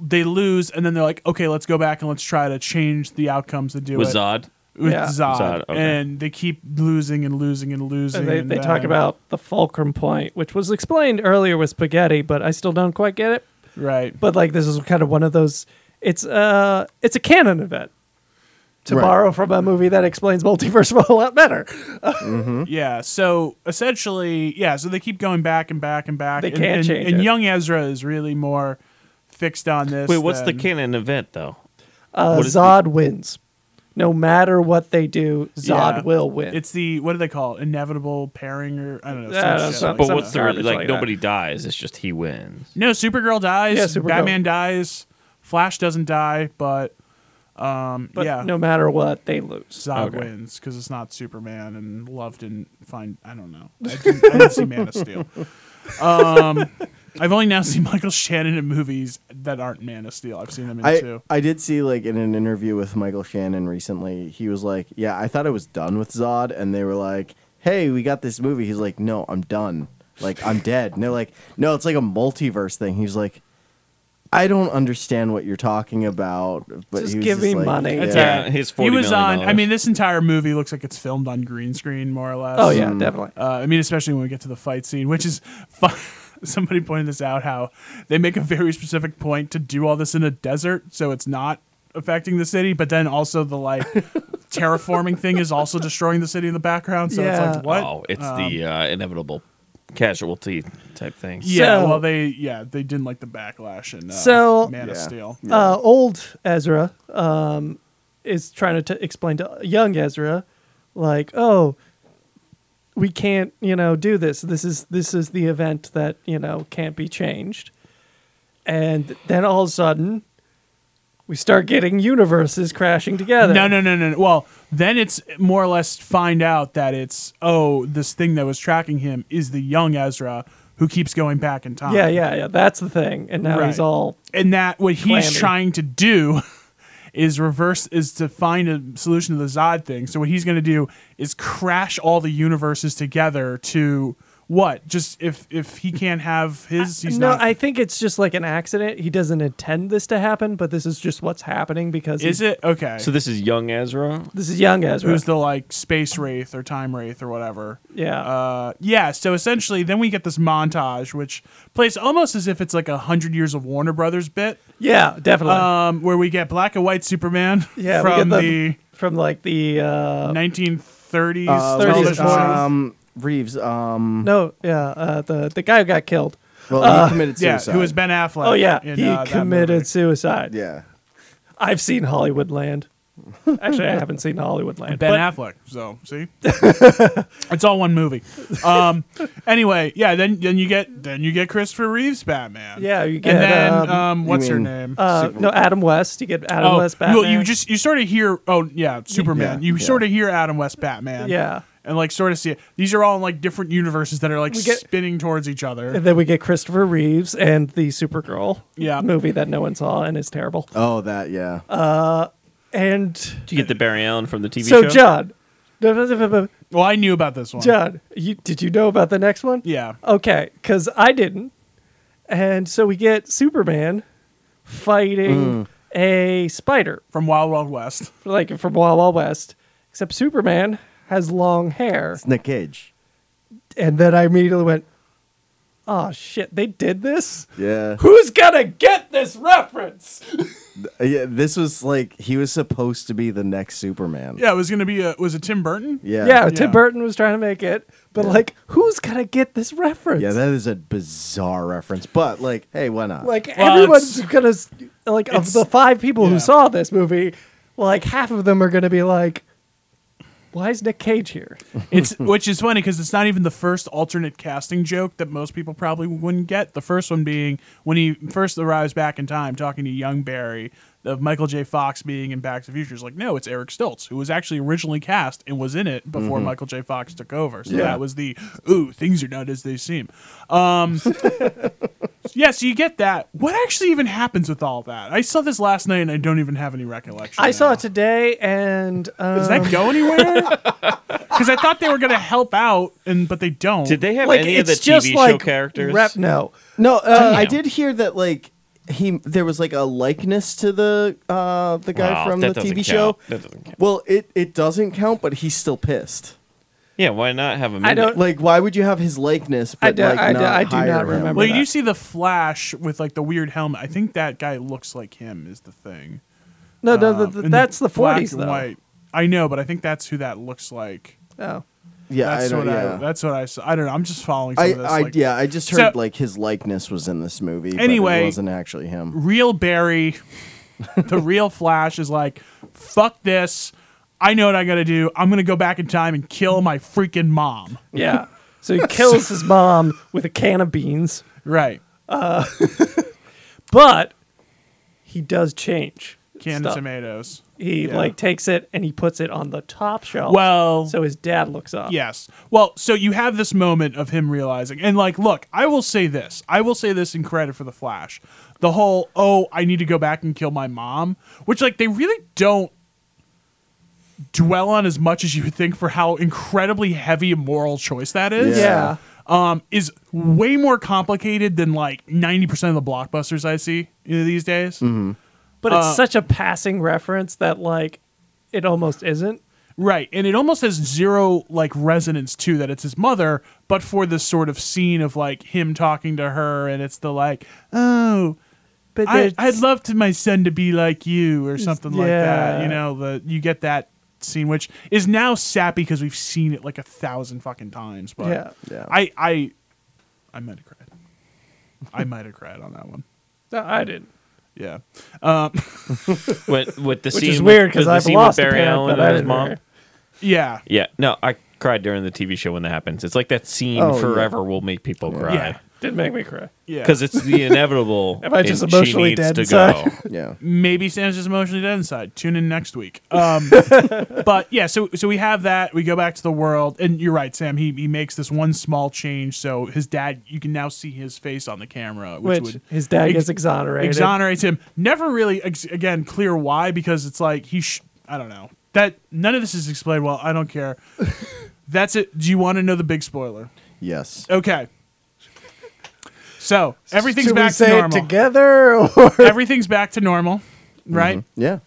they lose, and then they're like, okay, let's go back and let's try to change the outcomes and do With it Zod? with Yeah. Zod, Zod, okay. and they keep losing and losing and losing. And they, and they talk then- about the fulcrum point, which was explained earlier with spaghetti, but I still don't quite get it. right. But like this is kind of one of those. It's uh, it's a canon event. To Right. borrow from a movie that explains multiverse a whole lot better, Yeah. So essentially, yeah. So they keep going back and back and back. They and, can't and, change and it. young Ezra is really more fixed on this. Wait, what's the than- canon event though? uh, What is the- Zod wins. No matter what they do, Zod Yeah. will win. It's the what do they call it? Inevitable pairing or I don't know. Yeah, some I don't shit know, like But that. some what's the garbage like? like that. nobody dies. It's just he wins. no? Supergirl dies. Yeah, Supergirl. Batman dies. Flash doesn't die, but um, but yeah, no matter what, they lose. Zod Okay. wins because it's not Superman and Love didn't find. I don't know. I didn't, I didn't see Man of Steel. Um, I've only now seen Michael Shannon in movies that aren't Man of Steel. I've seen them in I, two. I did see like in an interview with Michael Shannon recently, he was like, "Yeah, I thought I was done with Zod," and they were like, "Hey, we got this movie." He's like, "No, I'm done. Like I'm dead." And they're like, "No, it's like a multiverse thing." He's like, "I don't understand what you're talking about." But Just he was give me like- money. Yeah. It's all Yeah, his He $40 was million on. dollars. I mean, this entire movie looks like it's filmed on green screen, more or less. Oh yeah, definitely. Uh, I mean, especially when we get to the fight scene, which is fun. Somebody pointed this out how they make a very specific point to do all this in a desert, so it's not affecting the city, but then also the like terraforming thing is also destroying the city in the background. So it's Yeah. like what? Um, Oh, it's the uh, inevitable casualty type thing. Yeah, So- well they yeah they didn't like the backlash and uh, So- Man of Yeah. Steel. uh, old Ezra um, is trying to t- explain to young Ezra, like, oh, we can't, you know, do this. This is this is the event that you know can't be changed. And then all of a sudden, we start getting universes crashing together. No, no, no, no, no. Well, then it's more or less find out that it's oh this thing that was tracking him is the young Ezra who keeps going back in time. Yeah, yeah, yeah. That's the thing. And now he's Right. all and that what he's Clammy. trying to do is reverse is to find a solution to the Zod thing. So what he's going to do is crash all the universes together to what? Just if if he can't have his, he's no, not. I think it's just like an accident. He doesn't intend this to happen, but this is just what's happening because is he- it okay? So this is young Ezra. This is young Ezra. who's the like space wraith or time wraith or whatever? yeah, Uh, yeah, so essentially, then we get this montage, which plays almost as if it's like a hundred years of Warner Brothers bit, yeah, definitely. um, where we get black and white Superman yeah, we get from the- the from like the uh, 1930s. Uh, Thirties what television was, and forties. show. um, Reeves. Mm. Um, no, yeah, uh, the the guy who got killed. well, Uh, he committed yeah, suicide. who was Ben Affleck? Oh yeah, in, he uh, that committed movie. suicide. Yeah. I've seen Hollywoodland. Actually, I haven't seen Hollywoodland. but Ben Affleck. So see, it's all one movie. Um, anyway, yeah. Then then you get then you get Christopher Reeves Batman. Yeah, you get, and then um, um, what's her mean, name? uh, no, Adam West. You get Adam West Oh, you- Batman. You just you sort of hear oh yeah Superman. Yeah, you yeah. sort of hear Adam West Batman. yeah, And like sort of see it. These are all in like different universes that are like We get- spinning towards each other. and then we get Christopher Reeves and the Supergirl Yeah. movie that no one saw and is terrible. Oh, that. Yeah. Uh, And Do you get the Barry Allen from the TV so show? John, no, no, no, no, no, Well, I knew about this one. John, you, did you know about the next one? Yeah. Okay, because I didn't, and so we get Superman fighting a spider From Wild Wild West. like from Wild Wild West, except Superman has long hair. it's Nick Cage. And then I immediately went, "Oh shit, they did this! Yeah. Who's gonna get this reference?" yeah. This was like he was supposed to be the next Superman. Yeah, it was gonna be a was it Tim Burton? Yeah. Yeah, Tim Yeah. Burton was trying to make it, but like, who's gonna get this reference? Yeah, that is a bizarre reference, but like, hey, why not? like Well, everyone's gonna s- like of it's- the five people yeah. who saw this movie, like half of them are gonna be like, "Why is Nick Cage here?" It's which is funny because it's not even the first alternate casting joke that most people probably wouldn't get. The first one being when he first arrives back in time, talking to young Barry of Michael J. Fox being in Back to the Future. It's like, no, it's Eric Stoltz, who was actually originally cast and was in it before Michael J. Fox took over. So Yeah. that was the ooh, things are not as they seem. Um, yeah, so you get that. What actually even happens with all that? I saw this last night and I don't even have any recollection. I saw now. it today, and um, Does that go anywhere? Because I thought they were going to help out, and but they don't. Did they have like any of it's the just TV show like characters? Rep, no, no, uh, I did hear that like he there was like a likeness to the uh the guy Wow, from the that doesn't TV count. show. That doesn't count. Well, it it doesn't count, but he's still pissed. Yeah, why not have him? in I it? don't- Like, why would you have his likeness? But I do- like, I do- not I do hire not him? remember. Well, you that. do see the Flash with like the weird helmet. I think that guy looks like him. Is the thing. no, no, th- Um, th- in that's the black forties and though. white. I know, but I think that's who that looks like. Oh. Yeah, That's I don't. what I. Yeah. That's what I saw. I don't know. I'm just following some I, of this. I, like, yeah, I just So- heard like his likeness was in this movie. but Anyway- it wasn't actually him. real Barry, the real Flash is like, fuck this. I know what I got to do. I'm gonna go back in time and kill my freaking mom. Yeah. So he kills his mom with a can of beans, Right. but he does change. Canned stuff. tomatoes. He Yeah. like takes it and he puts it on the top shelf. Well, Oh. so his dad looks up. Yes. Well, so you have this moment of him realizing, and like, look, I will say this. I will say this in credit for the Flash. The whole, oh, I need to go back and kill my mom, which like they really don't dwell on as much as you would think for how incredibly heavy a moral choice that is. Yeah. Um, is way more complicated than like ninety percent of the blockbusters I see you know, these days. But it's Uh, such a passing reference that like it almost isn't. Right, and it almost has zero like resonance too that it's his mother, but for this sort of scene of like him talking to her, and it's the like, oh, But I, there's- I'd love to my son to be like you or something like that. Yeah. You know, the you get that scene, which is now sappy because we've seen it like a thousand fucking times. But Yeah. Yeah. I I I might have cried. I might have cried on that one. No, I didn't. Yeah, with, with the Which scene with- is weird with because the I've scene lost with a Barry parent, Allen but I and his didn't mom. remember. yeah, Yeah, no, I cried during the TV show when that happens. It's like that scene Oh, yeah. forever will make people cry. yeah. Did make me cry. Yeah, because it's the inevitable. Am I just and emotionally she needs dead to inside? go. Yeah. maybe Sam's just emotionally dead inside. Tune in next week. Um, but yeah, so so we have that. We go back to the world, and you're right, Sam. He he makes this one small change, so his dad. You can now see his face on the camera, which, Which, would his dad ex- gets exonerated. exonerates him. Never really ex- again clear why because it's like he. Sh- I don't know that none of this is explained well. I don't care. That's it. Do you want to know the big spoiler? Yes. Okay. So everything's Should back we say to it normal. together? Or everything's back to normal, right? Yeah.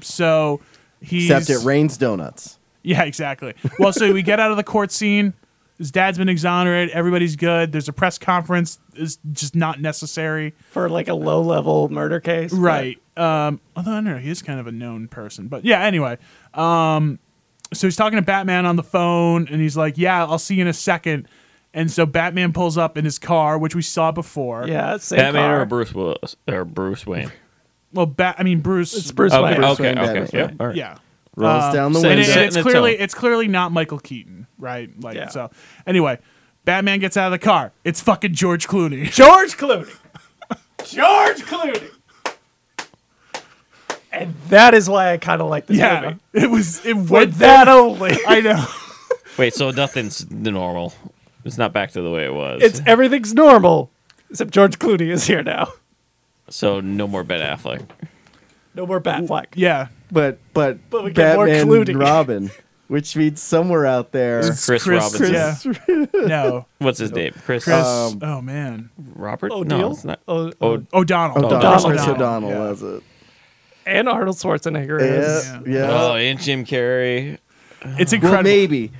So he's Except it rains donuts. Yeah, exactly. Well, so we get out of the court scene. His dad's been exonerated. Everybody's good. There's a press conference. It's just not necessary. for like a low level murder case. but- Right. Um, although I don't know, he is kind of a known person. But yeah, anyway. Um, so he's talking to Batman on the phone, and he's like, "Yeah, I'll see you in a second. And so Batman pulls up in his car, which we saw before. Yeah. Same Batman car. or Bruce Willis or Bruce Wayne. Well, Bat. I mean, Bruce. It's Bruce Okay, Wayne. Bruce okay, Wayne, okay. Batman. Yeah, all right. Yeah. Rolls down the say and And it- window. set it's in the clearly tone. it's clearly not Michael Keaton, right? Like Yeah. so. Anyway, Batman gets out of the car. It's fucking George Clooney. George Clooney. George Clooney. And that is why I kind of like this yeah, movie. it was it For went that only. I know. Wait, so nothing's the normal. It's not back to the way it was. It's everything's normal, except George Clooney is here now. so no more Ben Affleck. No more Batfleck. Yeah, But but, But we get more Batman Clooney. and Robin, which means somewhere out there. Chris, Robinson. Yeah. no, What's his name? Chris, Chris. Um, oh man, Robert? Oh, O'Deal? No, it's not. O- Oh, O- O'Donnell. O'Donnell. O'Donnell. Chris O'Donnell, O'Donnell yeah. was it? and Arnold Schwarzenegger is. Yeah. Yeah. oh, and Jim Carrey. It's Well, incredible. maybe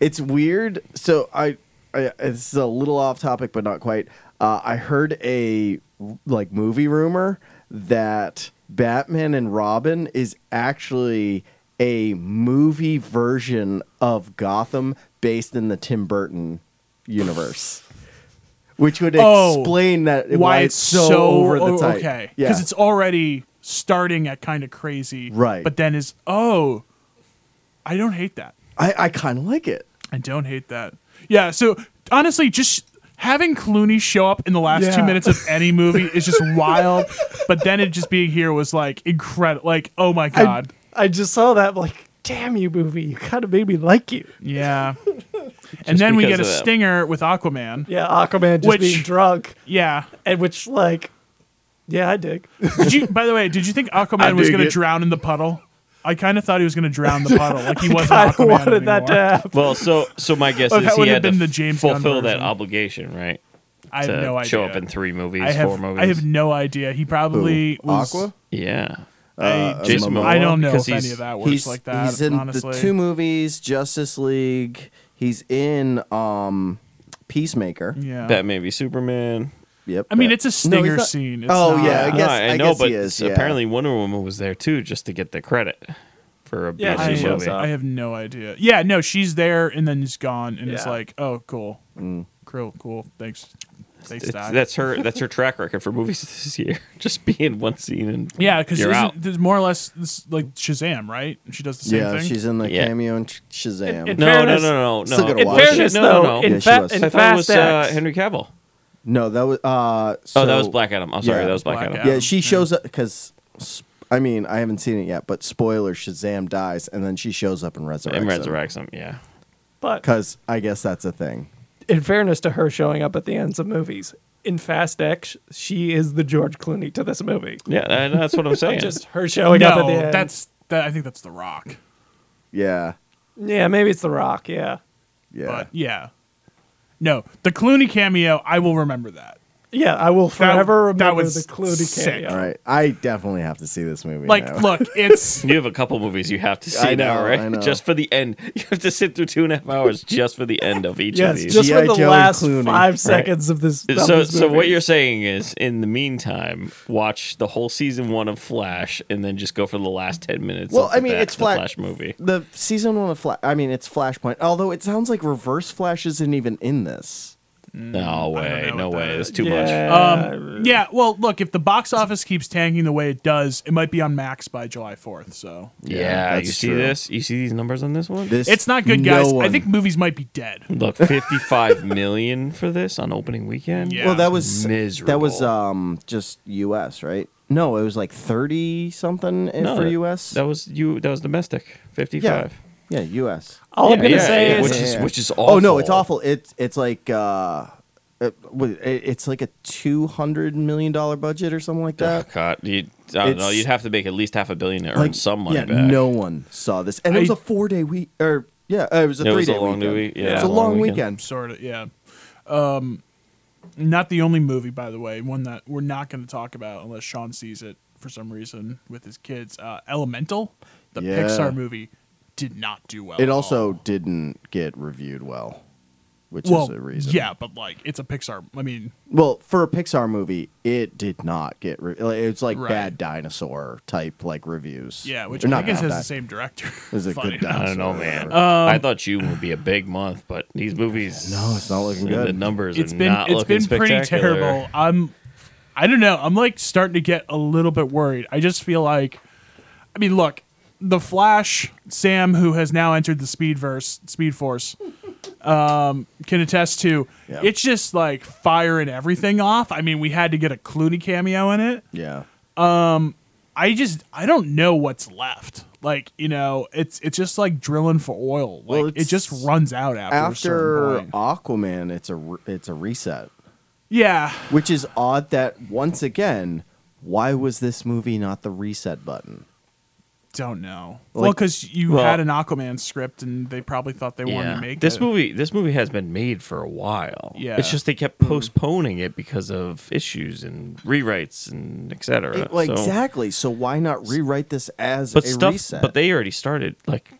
it's weird. So I, I this is a little off topic, but not quite. Uh, I heard a like movie rumor that Batman and Robin is actually a movie version of Gotham based in the Tim Burton universe. Which would Oh, explain that why, Why it's so, over the oh, top. Okay, yeah, because it's already starting at kind of crazy. Right. but then is oh, I don't hate that. I, I kind of like it. I don't hate that. Yeah, so honestly, just having Clooney show up in the last two Yeah. minutes of any movie is just wild. But then it just being here was like incredible. Like, oh my god. I just saw that like, damn you movie, you kind of made me like you. yeah. and then we because get of a that. stinger with Aquaman. Yeah, Aquaman just Which- being drunk, Yeah. and which like, yeah, I dig. Did you? By the way, did you think Aquaman was dig going to it. drown in the puddle? I kind of thought he was going to drown in the puddle, like he wasn't I Aquaman wanted that to anymore. happen. Well, so so my guess Oh, that is would he have had to been the f- James Gunn fulfill that version. obligation, right? I have to no idea. show up in three movies, I have, four movies. I have no idea. He probably was. Aqua. Uh, yeah. I, Jason Momoa? I don't know Because if any he's- of that works he's, like that. He's in honestly. the two movies, Justice League. He's in um, Peacemaker. Yeah. Batman v Superman. Yep. I mean, it's that- a No, he's stinger not- scene. It's oh not- yeah, I No, guess I, I know, guess but he is, yeah. apparently Wonder Woman was there too, just to get the credit for a Yeah, BG I, she shows movie. up. I have no idea. Yeah, no, she's there and then she's gone, and it's Yeah. Mm. like, oh, cool, cool, cool. Thanks, thanks, It's- Doc. that's her. That's her track record for movies this year. Just be in one scene and yeah, because you're out. there's more or less this, like Shazam, right? She does the same yeah, thing. she's in the Yeah. cameo in Sh- Shazam. it- No, fairness- no, no, no, no. Still gotta It In watch it. was- fairness, no, no, though, no. in, Yeah, she fa- was. in I thought it Fast was uh, X, Henry Cavill. no, that was uh. oh, that was so- Black Adam. I'm sorry, yeah. that was Black, Black Adam. Adam. Yeah, she Yeah. shows up because. I mean, I haven't seen it yet, but spoiler: Shazam dies, and then she shows up and resurrects. And resurrects him. Yeah. but Because I guess that's a thing. in fairness to her showing up at the ends of movies, in Fast X, she is the George Clooney to this movie. Yeah, that- that's what I'm saying. Just her showing up at the no, end. that's that, I think that's The Rock. Yeah, yeah, maybe it's The Rock. Yeah, yeah. But yeah, no, the Clooney cameo. I will remember that. yeah, I will forever that remember was the Clooney sick. cameo. All right, I definitely have to see this movie. Like, now. look, it's you have a couple movies you have to see I know, now, right? I know. Just for the end. You have to sit through two and a half hours just for the end of each of Yes, these. just G.I. for the Joe and last Clooney. five seconds of this. of so, this so what movie. you're saying is, in the meantime, watch the whole season one of Flash, and then just go for the last ten minutes. Well, of I the mean, Bat- it's the Fla- Flash movie. the season one of Flash. Mm, I mean, it's Flashpoint. Although it sounds like Reverse Flash isn't even in this. No way, know no what that way. is. That's too much. Oh, Um, yeah, well, look, if the box office keeps tanking the way it does, it might be on max by July 4th. So Yeah, that's you see true. this? You see these numbers on this one? This it's not good, no guys. I one- think movies might be dead. Look, 55 million for this on opening weekend. Yeah. Well, that was Miserable. that was um just U.S. right? No, it was like thirty something No, for that- U.S. That was you. That was domestic. 55. yeah, yeah, U.S. All I'm Yeah, gonna yeah, say yeah, is which is which is awful. Oh no, it's awful. It's it's like uh, it, it- it's like a two hundred million dollar budget or something like Oh, that. God, you, I don't know. It's- You'd have to make at least half a billion to earn Like, some money yeah, back. no one saw this, and it was I- a four day week or yeah, uh, it was a It three was a day long weekend. week- yeah, it was a long weekend. Sort of, yeah. Um, not the only movie, by the way, one that we're not going to talk about unless Sean sees it for some reason with his kids. Uh, Elemental, the Yeah. Pixar movie, did not do well. It at also all. didn't get reviewed well, which well, is a reason. yeah, but like it's a Pixar. I mean, Well, for a Pixar movie, it did not get. Re- like, it's like Right. bad dinosaur type like reviews. yeah, which They're I not guess bad. has the same director. It's a Funny good enough. dinosaur. I don't know, or man. whatever. I thought June would be a big month, but these movies. no, it's not looking The good. numbers It's are been not it's looking been pretty spectacular. terrible. I'm I don't know. I'm like starting to get a little bit worried. I just feel like I mean, look, the Flash, Sam who has now entered the Speedverse, Speed Force, um, can attest to. Yeah. It's just like firing everything off. I mean, we had to get a Clooney cameo in it. Yeah, I just I don't know what's left. Like, you know, it's it's just like drilling for oil. Like Well, it just it's- runs out after, a certain after point. Aquaman, it's a re- it's a reset, Yeah. which is odd. That once again, why was this movie not the reset button? Don't know. Well, 'cause Like- well, because you Well- had an Aquaman script, and they probably thought they wanted to make this it. movie. This movie has been made for a while. Yeah. it's just they kept Hmm. postponing it because of issues and rewrites and etc. It- well, exactly. So why not rewrite this as But a stuff. reset? But they already started like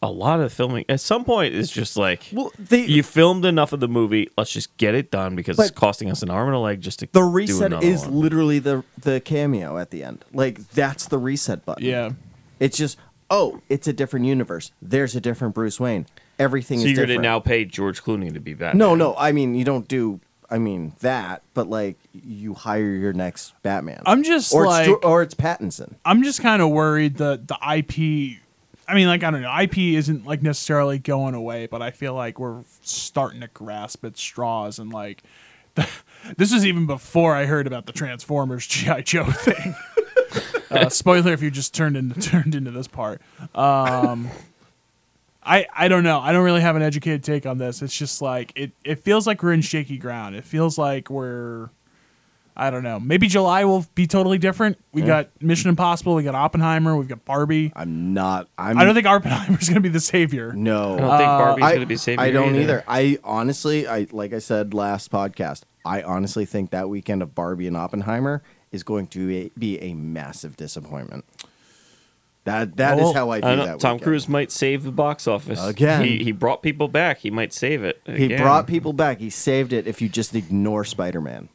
a lot of filming. At some point, it's just like well, they, you filmed enough of the movie. Let's just get it done because it's But- costing us an arm and a leg just to the do reset another is one. literally the the cameo at the end. Like that's the reset button. yeah, It's just oh, it's a different universe. There's a different Bruce Wayne. Everything So is you're different. gonna now pay George Clooney to be Batman? No, no. I mean, you don't do. I mean that, but like you hire your next Batman. I'm just or like- it's, Jo- or it's Pattinson. I'm just kind of worried that the IP. I mean, like I don't know, IP isn't like necessarily going away, but I feel like we're starting to grasp at straws, and like this is even before I heard about the Transformers GI Joe thing. uh, spoiler if you just turned into turned into this part. Um, I I don't know. I don't really have an educated take on this. It's just like it it feels like we're in shaky ground. It feels like we're I don't know. Maybe July will be totally different. We got Mission Impossible, we got Oppenheimer, we've got Barbie. I'm not. I'm. I don't think Oppenheimer's going to be the savior. No. I don't think Barbie's Uh, I, gonna be saving. eh? I don't either. I honestly, I like I said last podcast. I honestly think that weekend of Barbie and Oppenheimer is going to be a, be a massive disappointment. That that is Well, how I view don't know. that. Tom weekend. Cruise might save the box office Again. He, he brought people back. He might save it. He again. brought people back. He saved it. If you just ignore Spider Man,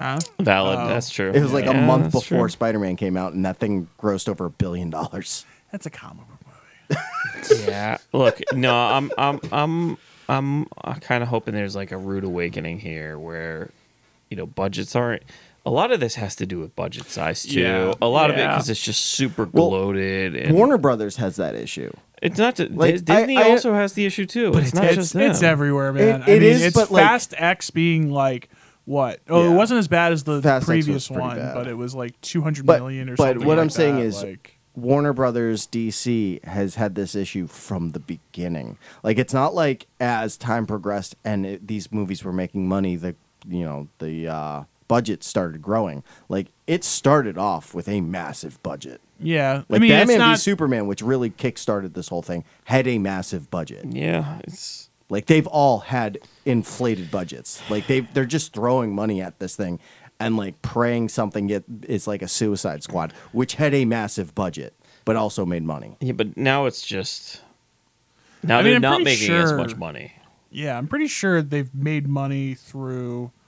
Huh? valid. Oh. That's true. it was like Yeah, a month that's before true. Spider Man came out, and that thing grossed over a billion dollars. That's a comic book movie. Yeah. Look, no, I'm, I'm, I'm, I'm, kind of hoping there's like a rude awakening here where, you know, budgets aren't. A lot of this has to do with budget size too. Yeah. a lot of it Yeah. because it's just super Well, bloated. and Warner Brothers has that issue. It's not. To, like, Dis- Disney I- I- also has the issue too. But it's, not it's, just them. it's everywhere, man. It- I it mean, is, it's but, like- Fast X being like what? Oh, it Yeah. wasn't as bad as the Fast X was previous pretty one, bad. but it was like two hundred But- million or but something. what like I'm saying that, is- like, Warner Brothers DC has had this issue from the beginning. Like it's not like as time progressed and it, these movies were making money, the you know the uh, budget started growing. Like it started off with a massive budget. yeah. Like I mean, it's Batman not. v Superman, which really kickstarted this whole thing, had a massive budget. Yeah. It's. Like they've all had inflated budgets. Like they they're just throwing money at this thing and like praying something get is like a Suicide Squad, which had a massive budget but also made money. Yeah, but now it's just. Now I mean, they're I'm not pretty making as much sure- money. Yeah, I'm pretty sure they've made money through.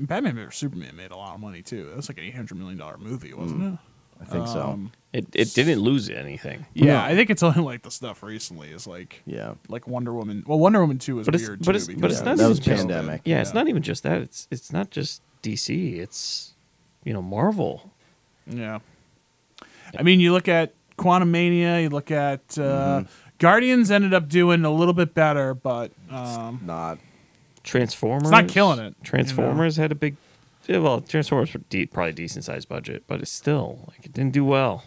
Mm. Batman vs Superman made a lot of money too. That was like an eight hundred million dollar movie, wasn't it? I think so. It it didn't lose anything, Yeah, No. I think it's only like the stuff recently is like Yeah. like Wonder Woman. Well, Wonder Woman two was but it's weird but too. it's but because it's Yeah, not that even was just, pandemic. Yeah, it's not even just that. It's it's not just DC. It's you know Marvel. Yeah. I mean, you look at Quantum Mania, you look at uh, Mm-hmm. Guardians ended up doing a little bit better, but Mm-hmm. um, Not. Transformers. killing it, you know? Transformers had a big. yeah, Well, Transformers were de- probably decent sized budget, but it's still like it didn't do well.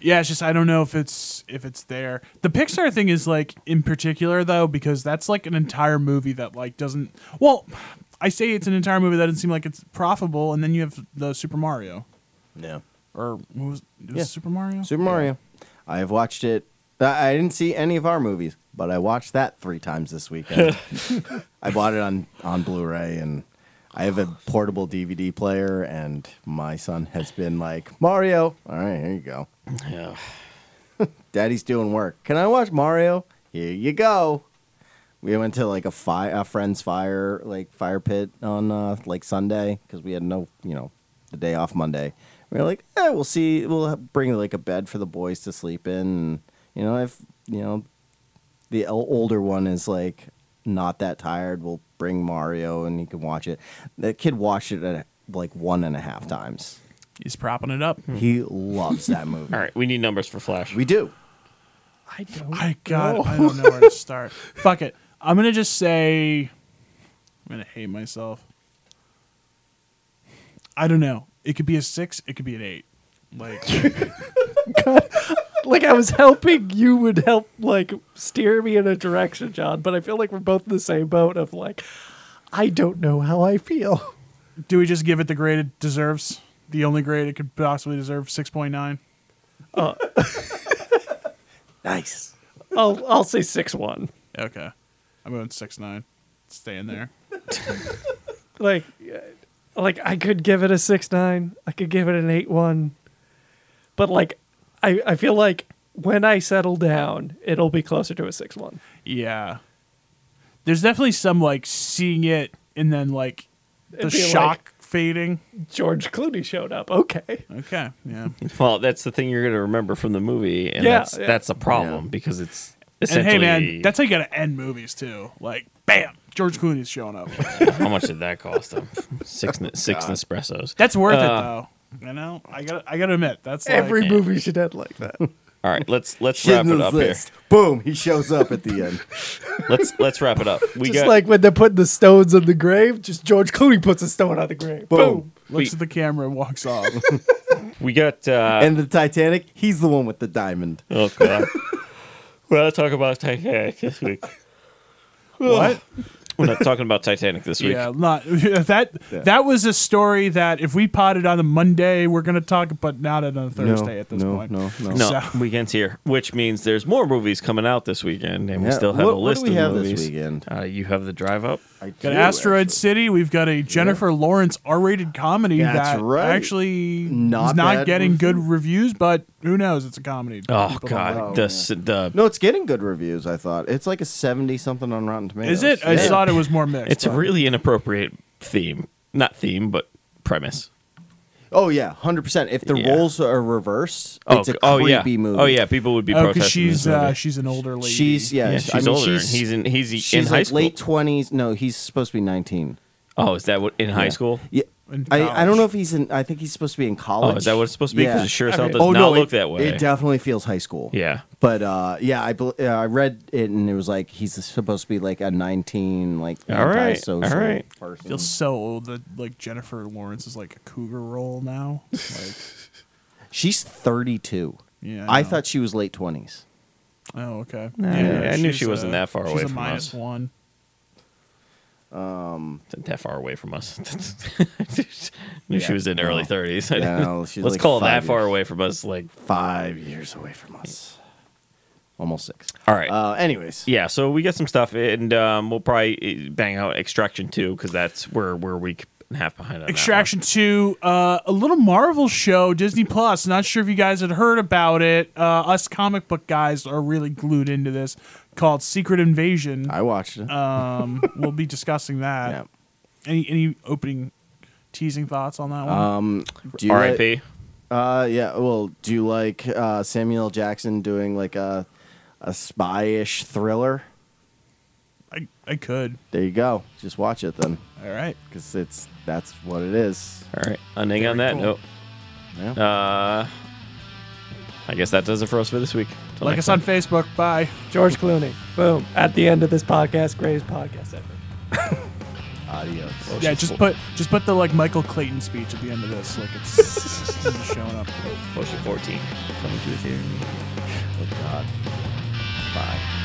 yeah, it's just I don't know if it's if it's there. The Pixar thing is like in particular though because that's like an entire movie that like doesn't well, I say it's an entire movie that doesn't seem like it's profitable and then you have the Super Mario Yeah. or what was, it was Yeah. Super Mario? Super Mario. I have watched it. I I didn't see any of our movies, but I watched that three times this weekend. I bought it on on Blu-ray, and I have a portable DVD player. And my son has been like, "Mario, all right, here you go. Yeah. Daddy's doing work. Can I watch Mario? Here you go." We went to like a fire, a friend's fire, like fire pit on uh, like Sunday because we had no, you know, the day off Monday. We were like, eh, we'll see. We'll ha- bring like a bed for the boys to sleep in. And, you know, if you know, the el- older one is like not that tired, we'll bring Mario and he can watch it. The kid watched it at like one and a half times. He's propping it up. He loves that movie. Hmm. All right, we need numbers for Flash. We do. I don't. I God, I don't know where to start. Fuck it. I'm gonna just say I'm gonna hate myself. I don't know. It could be a six, it could be an eight. Like Like I was hoping you would help, like steer me in a direction, John. But I feel like we're both in the same boat of like, I don't know how I feel. do we just give it the grade it deserves? The only grade it could possibly deserve, six point nine. Nice. I'll I'll say six one. Okay. I'm going six nine. Staying there. Like, uh, like I could give it a six nine. I could give it an eight one. But like, I I feel like when I settle down, it'll be closer to a six one. Yeah. There's definitely some like seeing it and then like the It'd be like- shock fading. George Clooney showed up. Okay. Okay. Yeah. Well, that's the thing you're going to remember from the movie, and Yeah, that's yeah. that's a problem because it's And essentially. hey, man, that's how you gotta end movies too. Like, bam, George Clooney's showing up. how much did that cost him? Six ne- six Nespressos. That's worth Uh, it though. You know, I gotta, I gotta admit, that's Every like, movie should end like that. All right, let's let's wrap it up here. Boom. He shows up at the end. Let's let's wrap it up. We just got like when they're putting the stones on the grave, just George Clooney puts a stone on the grave. Boom. Boom. looks we- at the camera and walks off. we got uh, And the Titanic, he's the one with the diamond. Oh god. We're not talking about Titanic this week. what? We're not talking about Titanic this week. Yeah, not that. That was a story that if we potted on a Monday, we're gonna talk, but not on a Thursday at this no, point. no, no. No, So- weekend's here, which means there's more movies coming out this weekend, and we Yeah, still have what- a what list do we of have this movies. weekend? Uh, you have the drive up. I Got do, Asteroid actually. City. We've got a Jennifer Lawrence R-rated comedy That's that right. actually Not is not bad getting review. good reviews, but who knows? It's a comedy. Oh People don't god, know. the s the No, it's getting good reviews. I thought it's like a seventy something on Rotten Tomatoes. Is it? I Yeah. thought it was more mixed. it's a but- really inappropriate theme. Not theme, but premise. Oh yeah, hundred percent. If the Yeah. roles are reversed, Oh, it's a g- oh creepy yeah. movie. Oh yeah, people would be oh, protesting because she's this movie. uh, she's an older lady. she's yeah, yeah, sh- she's I mean, older. She's, he's in he's she's in high like school. late twenties. No, he's supposed to be nineteen. oh, is that what in high school? Yeah, In I, I college. don't know if he's in. I think he's supposed to be in college. Oh, is that what it's supposed to be? Because Yeah. it sure as hell Okay. does oh, not no, look it, that way. It definitely feels high school. yeah. But uh, yeah, I bel- uh, I read it and it was like he's supposed to be like a nineteen, like All right, antisocial all right. person. feels so old that like Jennifer Lawrence is like a cougar role now. Like, She's thirty two. Yeah, I I know. thought she was late twenties. oh, okay. I- I knew she she's, uh, wasn't that far she's away a from minus us. one. that far away from us. Knew she was in early thirties. No, she's Let's like call it that five far years- Uh, away from us. Like, Five years away from us. Almost six. all right, Uh, anyways, yeah. So we got some stuff, and um, we'll probably eh, bang out Extraction two because that's where we're a week and a half behind. On Extraction two, uh, a little Marvel show, Disney Plus. Not sure if you guys had heard about it. Uh, us comic book guys are really glued into this. Called Secret Invasion. I watched it. Um, we'll be discussing that. yeah. Any any opening teasing thoughts on that one? Um, do you That one. R.I.P. Uh, yeah. Well, do you like uh, Samuel L. Jackson doing like a a spy-ish thriller? I, I could. There you go. Just watch it then, All right. because it's that's what it is. All right. Ending on that Very cool. note. Yeah. Uh, I guess that does it for us for this week. Till Like next us on time. Facebook. Bye. George Clooney. Boom. At the end of this podcast, greatest podcast ever. Adios. Yeah, just put just put the like Michael Clayton speech at the end of this. Like it's just showing up. Motion 14. Coming to the theater. Oh God. Bye.